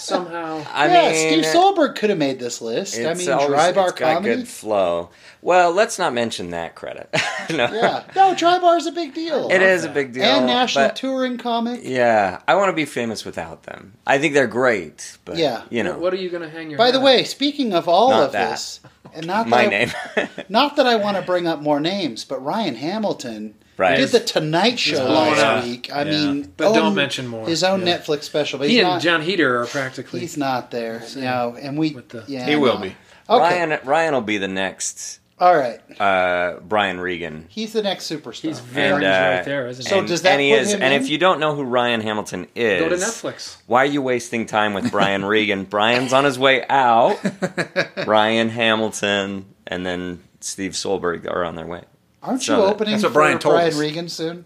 Speaker 3: somehow.
Speaker 4: I
Speaker 1: yeah,
Speaker 4: mean, uh,
Speaker 1: Steve Solberg could have made this list. I
Speaker 4: it's
Speaker 1: mean,
Speaker 4: always-
Speaker 1: Dry Bar
Speaker 4: it's got
Speaker 1: Comedy.
Speaker 4: good flow. Well, let's not mention that credit. no.
Speaker 1: Yeah, no, Dry Bar's a big deal.
Speaker 4: It is a big deal.
Speaker 1: and national
Speaker 4: but-
Speaker 1: touring comic.
Speaker 4: Yeah, I want to be famous without them. I think they're great, but
Speaker 1: Yeah.
Speaker 4: you know,
Speaker 3: What are you going to hang your?
Speaker 1: By
Speaker 3: hat
Speaker 1: the
Speaker 3: on?
Speaker 1: way, speaking of all
Speaker 4: Not
Speaker 1: of
Speaker 4: that.
Speaker 1: this, and not
Speaker 4: my
Speaker 1: that I-
Speaker 4: name.
Speaker 1: Not that I want to bring up more names, but Ryan Hamilton
Speaker 4: Right.
Speaker 1: did the Tonight Show
Speaker 3: blowing
Speaker 1: last
Speaker 3: up.
Speaker 1: week. I
Speaker 2: Yeah.
Speaker 1: mean,
Speaker 3: But don't
Speaker 1: own-
Speaker 3: mention more.
Speaker 1: His own
Speaker 3: Yeah.
Speaker 1: Netflix special, but
Speaker 3: he
Speaker 1: he's
Speaker 3: and
Speaker 1: not.
Speaker 3: John Heater are practically.
Speaker 1: he's not there, you know. And we,
Speaker 3: With the-
Speaker 1: yeah,
Speaker 5: he will
Speaker 1: no.
Speaker 5: be.
Speaker 1: Okay,
Speaker 4: Ryan Ryan will be the next
Speaker 1: all right.
Speaker 4: uh, Brian Regan.
Speaker 1: He's the next superstar.
Speaker 3: He's very
Speaker 4: And, uh,
Speaker 3: right there, isn't he?
Speaker 1: So
Speaker 4: and,
Speaker 1: does that
Speaker 4: and he
Speaker 1: put
Speaker 4: is.
Speaker 1: him
Speaker 4: and
Speaker 1: in?
Speaker 4: if you don't know who Ryan Hamilton is,
Speaker 3: Go to Netflix.
Speaker 4: Why are you wasting time with Brian Regan? Brian's on his way out. Ryan Hamilton and then Steve Solberg are on their way.
Speaker 1: Aren't
Speaker 4: so
Speaker 1: you
Speaker 4: that-
Speaker 1: opening
Speaker 5: that's what
Speaker 1: for
Speaker 5: Brian told
Speaker 1: Brian
Speaker 5: us.
Speaker 1: Regan soon?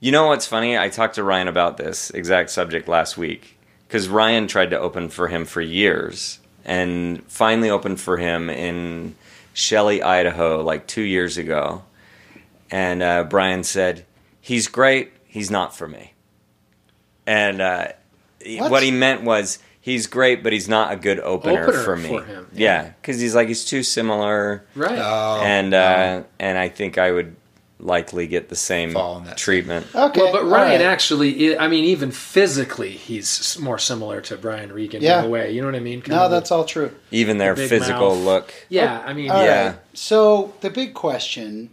Speaker 4: You know what's funny? I talked to Ryan about this exact subject last week because Ryan tried to open for him for years and finally opened for him in Shelley, Idaho, like two years ago. And uh, Brian said, He's great. He's not for me. And uh, he-
Speaker 1: What?
Speaker 4: what? he meant was, He's great, but he's not a good opener,
Speaker 3: Opener
Speaker 4: for me.
Speaker 3: for him,
Speaker 4: Yeah, because he's like, he's too similar
Speaker 3: Right.
Speaker 5: Oh,
Speaker 4: and uh, and I think I would likely get the same
Speaker 5: Fall in that
Speaker 4: treatment.
Speaker 1: Okay,
Speaker 3: well, but
Speaker 1: all right.
Speaker 3: Ryan actually, i I mean, even physically, he's s- more similar to Brian Regan
Speaker 1: Yeah.
Speaker 3: in a way. You know what I mean? Kind
Speaker 1: No,
Speaker 3: of a-
Speaker 1: that's all true.
Speaker 4: Even their
Speaker 3: The big
Speaker 4: physical
Speaker 3: mouth.
Speaker 4: look.
Speaker 3: yeah. I mean,
Speaker 1: All right.
Speaker 4: Yeah.
Speaker 1: So the big question: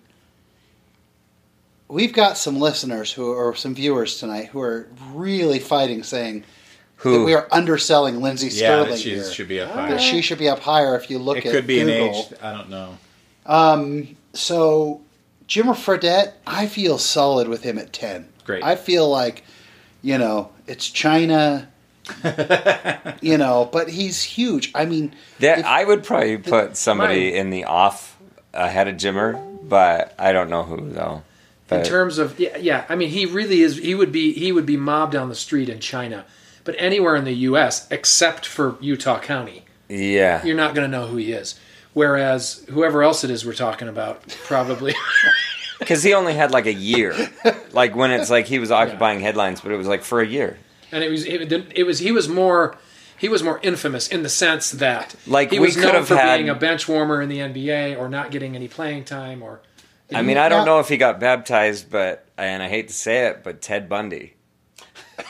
Speaker 1: We've got some listeners who, or some viewers tonight, who are really fighting, saying that
Speaker 4: Who
Speaker 1: we are underselling Lindsay
Speaker 2: Yeah,
Speaker 1: Sterling
Speaker 2: that she
Speaker 1: here.
Speaker 2: should be up
Speaker 1: That
Speaker 2: high.
Speaker 1: she should be up higher if you look
Speaker 2: It
Speaker 1: at
Speaker 2: could be an
Speaker 1: Google.
Speaker 2: age. I don't know.
Speaker 1: Um, so Jimmer Fredette, I feel solid with him at ten.
Speaker 2: Great.
Speaker 1: I feel like, you know, it's China. you know, but he's huge. I mean,
Speaker 4: there,
Speaker 1: if-
Speaker 4: I would probably put somebody
Speaker 3: Right.
Speaker 4: in the off ahead of Jimmer, but I don't know who though.
Speaker 3: in
Speaker 4: But
Speaker 3: terms of yeah, yeah, I mean, he really is. He would be he would be mobbed down the street in China, but anywhere in the U.S. except for Utah County,
Speaker 4: yeah,
Speaker 3: you're not going to know who he is. Whereas whoever else it is we're talking about, probably
Speaker 4: because he only had like a year. like when it's like he was occupying headlines, but it was like for a year.
Speaker 3: and it was it, didn't- it was he was more he was more infamous in the sense that
Speaker 4: Like,
Speaker 3: he
Speaker 4: we
Speaker 3: was
Speaker 4: could
Speaker 3: known
Speaker 4: have
Speaker 3: for
Speaker 4: had-
Speaker 3: being a bench warmer in the NBA or not getting any playing time or
Speaker 4: I mean, I don't
Speaker 1: Now-
Speaker 4: know if he got baptized, but and I hate to say it, but Ted Bundy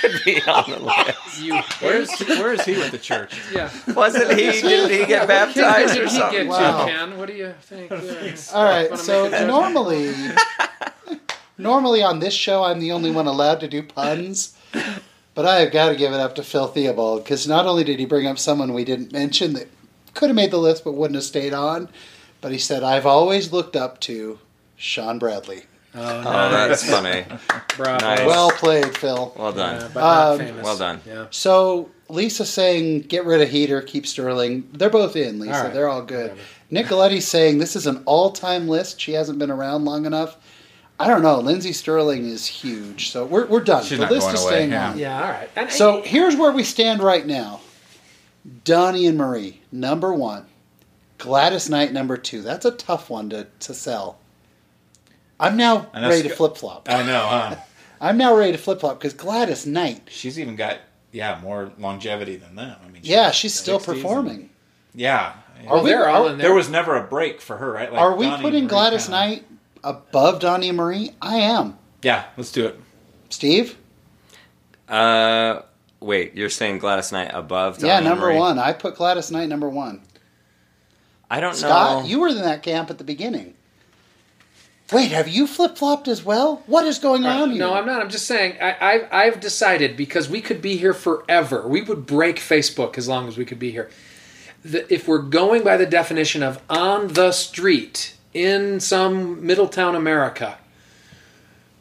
Speaker 4: could be on the list.
Speaker 3: you
Speaker 2: Where's where is he with the church?
Speaker 3: yeah
Speaker 4: Wasn't he? Did he get
Speaker 3: Kids
Speaker 4: baptized
Speaker 3: are
Speaker 4: or
Speaker 3: he
Speaker 4: something?
Speaker 3: gets
Speaker 1: Wow.
Speaker 3: you, Ken. What do you think? Yeah.
Speaker 1: all right.
Speaker 3: Wanna
Speaker 1: So
Speaker 3: make a judgment?
Speaker 1: normally, normally on this show, I'm the only one allowed to do puns. But I have got to give it up to Phil Theobald because not only did he bring up someone we didn't mention that could have made the list but wouldn't have stayed on, but he said I've always looked up to Sean Bradley.
Speaker 4: Oh, that's funny.
Speaker 3: Bravo.
Speaker 4: Nice.
Speaker 1: Well played, Phil.
Speaker 4: Well
Speaker 3: Uh,
Speaker 4: done.
Speaker 3: but not
Speaker 1: Um,
Speaker 3: famous.
Speaker 4: well done.
Speaker 3: Yeah.
Speaker 1: So Lisa saying get rid of Heater, keep Sterling. They're both in, Lisa.
Speaker 3: All right.
Speaker 1: They're all good. Nicoletti's saying this is an all-time list. She hasn't been around long enough. I don't know. Lindsay Sterling is huge, so we're we're done.
Speaker 2: She's
Speaker 1: the
Speaker 2: not
Speaker 1: list
Speaker 2: going
Speaker 1: is
Speaker 2: away,
Speaker 1: staying
Speaker 2: yeah.
Speaker 1: on.
Speaker 3: Yeah. All right. And
Speaker 1: So
Speaker 3: I-
Speaker 1: here's where we stand right now. Donnie and Marie, number one. Gladys Knight, number two. That's a tough one to, to sell. I'm now
Speaker 2: And that's
Speaker 1: ready to
Speaker 2: go-
Speaker 1: flip flop.
Speaker 2: I know, huh?
Speaker 1: I'm now ready to flip flop because Gladys Knight,
Speaker 2: She's even got yeah more longevity than them. I mean,
Speaker 1: yeah, she's still
Speaker 2: 60s and-
Speaker 1: performing.
Speaker 2: yeah,
Speaker 1: Are
Speaker 3: well,
Speaker 1: we-
Speaker 3: they're all
Speaker 1: are-
Speaker 3: in there.
Speaker 2: there was never a break for her, right? Like
Speaker 1: Are we
Speaker 2: Donnie
Speaker 1: putting
Speaker 2: Marie
Speaker 1: Gladys
Speaker 2: Cannon.
Speaker 1: Knight above Donnie and Marie? I am.
Speaker 2: Yeah, let's do it.
Speaker 1: Steve?
Speaker 4: Uh, wait, you're saying Gladys Knight above? Donna
Speaker 1: yeah, number
Speaker 4: Marie?
Speaker 1: one. I put Gladys Knight number one.
Speaker 4: I don't
Speaker 1: Scott,
Speaker 4: know.
Speaker 1: you were in that camp at the beginning. Wait, have you flip flopped as well? What is going
Speaker 3: All right.
Speaker 1: on here?
Speaker 3: Uh, Um, No, I'm not. I'm just saying. I, I've I've decided because we could be here forever. We would break Facebook as long as we could be here. The, if we're going by the definition of on the street in some Middletown America,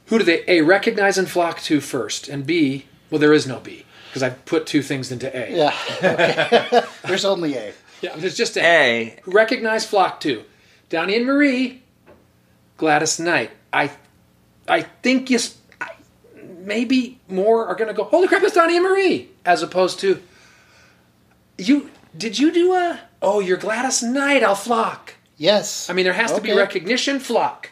Speaker 3: who do they a recognize and flock to first, and b Well, there is no B because I put two things into A.
Speaker 1: Yeah. okay. There's only A.
Speaker 3: Yeah, there's just A.
Speaker 4: A.
Speaker 3: Recognize flock two. Donnie and Marie, Gladys Knight. I, I think you, s- I- maybe more are going to go. Holy crap! It's Donnie and Marie, as opposed to you. Did you do a? Oh, you're Gladys Knight. I'll flock.
Speaker 1: Yes.
Speaker 3: I mean, there has to be
Speaker 1: Okay.
Speaker 3: recognition. Flock.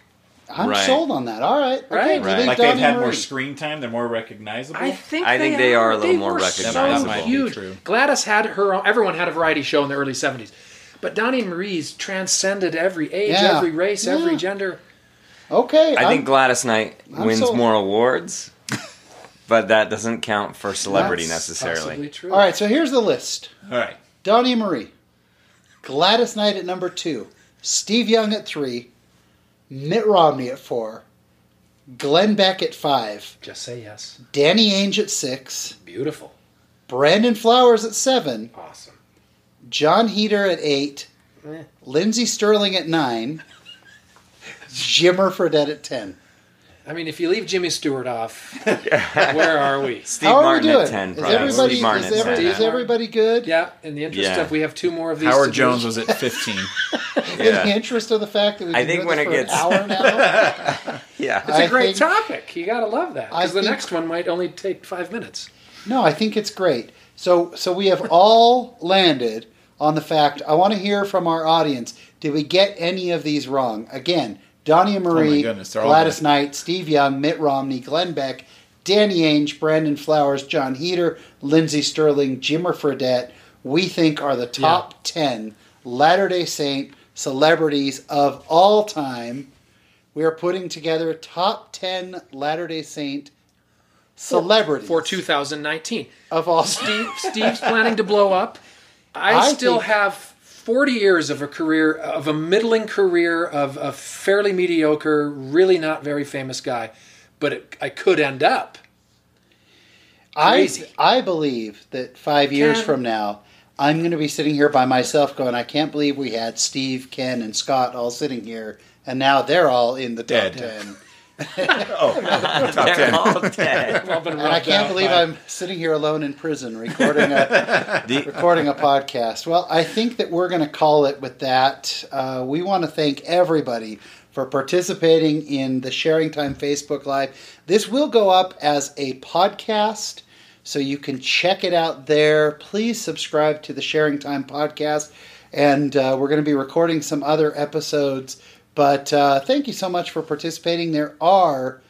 Speaker 1: I'm
Speaker 4: Right.
Speaker 1: sold on that. All right. Okay.
Speaker 3: Right.
Speaker 1: do
Speaker 4: Right.
Speaker 1: they
Speaker 2: Like
Speaker 1: Don
Speaker 2: they've had
Speaker 1: Murray?
Speaker 2: more screen time, they're more recognizable.
Speaker 3: I think
Speaker 4: I
Speaker 3: they
Speaker 4: think they are a little
Speaker 3: They
Speaker 4: more
Speaker 3: were
Speaker 4: recognizable.
Speaker 3: So
Speaker 4: That might
Speaker 2: be
Speaker 3: huge.
Speaker 2: true.
Speaker 3: Gladys had her own. Everyone had a variety show in the early '70s, but Donnie and Marie's transcended every age,
Speaker 1: Yeah.
Speaker 3: every race, every
Speaker 1: Yeah.
Speaker 3: gender.
Speaker 1: Okay.
Speaker 4: I
Speaker 1: I'm-
Speaker 4: think Gladys Knight
Speaker 1: I'm
Speaker 4: wins
Speaker 1: sold.
Speaker 4: more awards, but that doesn't count for celebrity
Speaker 1: That's
Speaker 3: Possibly
Speaker 4: necessarily.
Speaker 3: true.
Speaker 1: All right. So here's the list.
Speaker 2: All right.
Speaker 1: Donnie and Marie, Gladys Knight at number two, Steve Young at three, Mitt Romney at four, Glenn Beck at five,
Speaker 3: Just say yes.
Speaker 1: Danny Ainge at six,
Speaker 3: Beautiful.
Speaker 1: Brandon Flowers at seven,
Speaker 3: Awesome.
Speaker 1: John Heater at eight,
Speaker 3: Eh.
Speaker 1: Lindsey Sterling at nine, Jimmer Fredette at ten.
Speaker 3: I mean, if you leave Jimmy Stewart off, where are we?
Speaker 4: Steve
Speaker 1: How are
Speaker 4: Martin
Speaker 1: we doing?
Speaker 4: at 10,
Speaker 1: is
Speaker 4: probably.
Speaker 1: everybody,
Speaker 4: Steve Martin
Speaker 1: is,
Speaker 4: at
Speaker 1: every-
Speaker 4: 10.
Speaker 1: is everybody good?
Speaker 3: Yeah. In the interest
Speaker 4: Yeah.
Speaker 3: of, we have two more of these. to
Speaker 2: Howard
Speaker 3: do.
Speaker 2: Jones was at 15.
Speaker 1: In the
Speaker 4: Yeah.
Speaker 1: interest of the fact that we've
Speaker 4: I
Speaker 1: been
Speaker 4: think
Speaker 1: doing
Speaker 4: when
Speaker 1: this
Speaker 4: it
Speaker 1: for
Speaker 4: gets-
Speaker 1: an hour now,
Speaker 4: yeah.
Speaker 3: It's a
Speaker 1: I
Speaker 3: great
Speaker 1: think-
Speaker 3: topic. You gotta love that
Speaker 1: I
Speaker 3: because the
Speaker 1: think-
Speaker 3: next one might only take five minutes.
Speaker 1: No, I think it's great. So so we have all landed on the fact I want to hear from our audience. Did we get any of these wrong? Again, Donnie and
Speaker 2: Oh my
Speaker 1: Marie,
Speaker 2: goodness, they're all
Speaker 1: Gladys
Speaker 2: good.
Speaker 1: Knight, Steve Young, Mitt Romney, Glenn Beck, Danny Ainge, Brandon Flowers, John Heater, Lindsey Sterling, Jimmer Fredette, we think are the top 10 Latter day Saint celebrities of all time. We are putting together top 10 Latter day Saint celebrities
Speaker 3: for 2019.
Speaker 1: of all
Speaker 3: Steve, Steve's planning to blow up. I,
Speaker 1: I
Speaker 3: still
Speaker 1: think-
Speaker 3: have 40 years of a career, of a middling career, of a fairly mediocre, really not very famous guy, but it, I could end up.
Speaker 1: I,
Speaker 3: Crazy.
Speaker 1: I believe that five years
Speaker 3: Ken.
Speaker 1: from now, I'm going to be sitting here by myself going, I can't believe we had Steve, Ken, and Scott all sitting here, and now they're all in the top
Speaker 2: Dead.
Speaker 1: 10.
Speaker 4: They're all dead.
Speaker 3: I've been
Speaker 1: And I
Speaker 3: rubbed
Speaker 1: can't
Speaker 3: out
Speaker 1: believe
Speaker 3: by-
Speaker 1: I'm sitting here alone in prison recording a, recording a podcast. Well, I think that we're going to call it with that. Uh, we want to thank everybody for participating in the Sharing Time Facebook Live. This will go up as a podcast, so you can check it out there. Please subscribe to the Sharing Time podcast, and uh, we're going to be recording some other episodes. But uh, thank you so much for participating. There are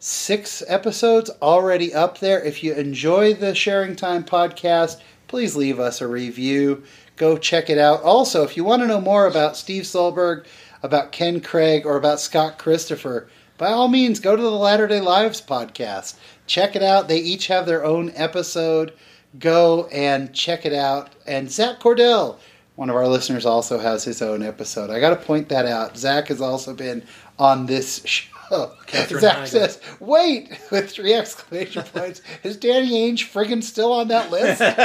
Speaker 1: six episodes already up there. If you enjoy the Sharing Time podcast, please leave us a review. Go check it out. Also, if you want to know more about Steve Solberg, about Ken Craig, or about Scott Christopher, by all means, go to the Latter day Lives podcast. Check it out. They each have their own episode. Go and check it out. And Zach Cordell, one of our listeners, also has his own episode. I got to point that out. Zach has also been on this show.
Speaker 3: Catherine
Speaker 1: Zach
Speaker 3: Heigl.
Speaker 1: says, Wait! With three exclamation points. Is Danny Ainge friggin' still on that list?
Speaker 3: Doesn't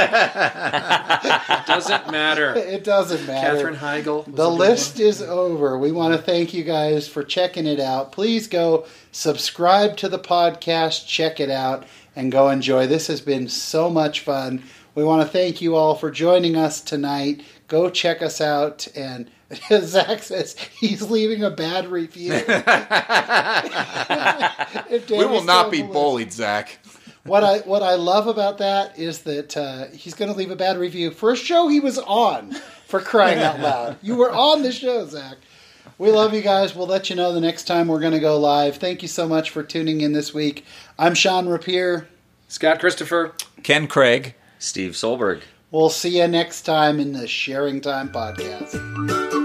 Speaker 3: matter.
Speaker 1: it doesn't matter.
Speaker 3: Katherine Heigl. was a
Speaker 1: the
Speaker 3: good
Speaker 1: list is over. We want to thank you guys for checking it out. Please go subscribe to the podcast, check it out, and go enjoy. This has been so much fun. We want to thank you all for joining us tonight. Go check us out. And Zach says he's leaving a bad review. If
Speaker 5: We will
Speaker 1: Danny's
Speaker 5: not
Speaker 1: still
Speaker 5: be
Speaker 1: on the list-
Speaker 5: bullied, Zach.
Speaker 1: what I what I love about that is that uh, he's going to leave a bad review for a show he was on. For crying out loud, you were on the show, Zach. We love you guys. We'll let you know the next time we're going to go live. Thank you so much for tuning in this week. I'm Sean Rapier.
Speaker 3: one. Scott Christopher.
Speaker 2: Ken Craig.
Speaker 4: Steve Solberg.
Speaker 1: We'll see you next time in the Sharing Time podcast.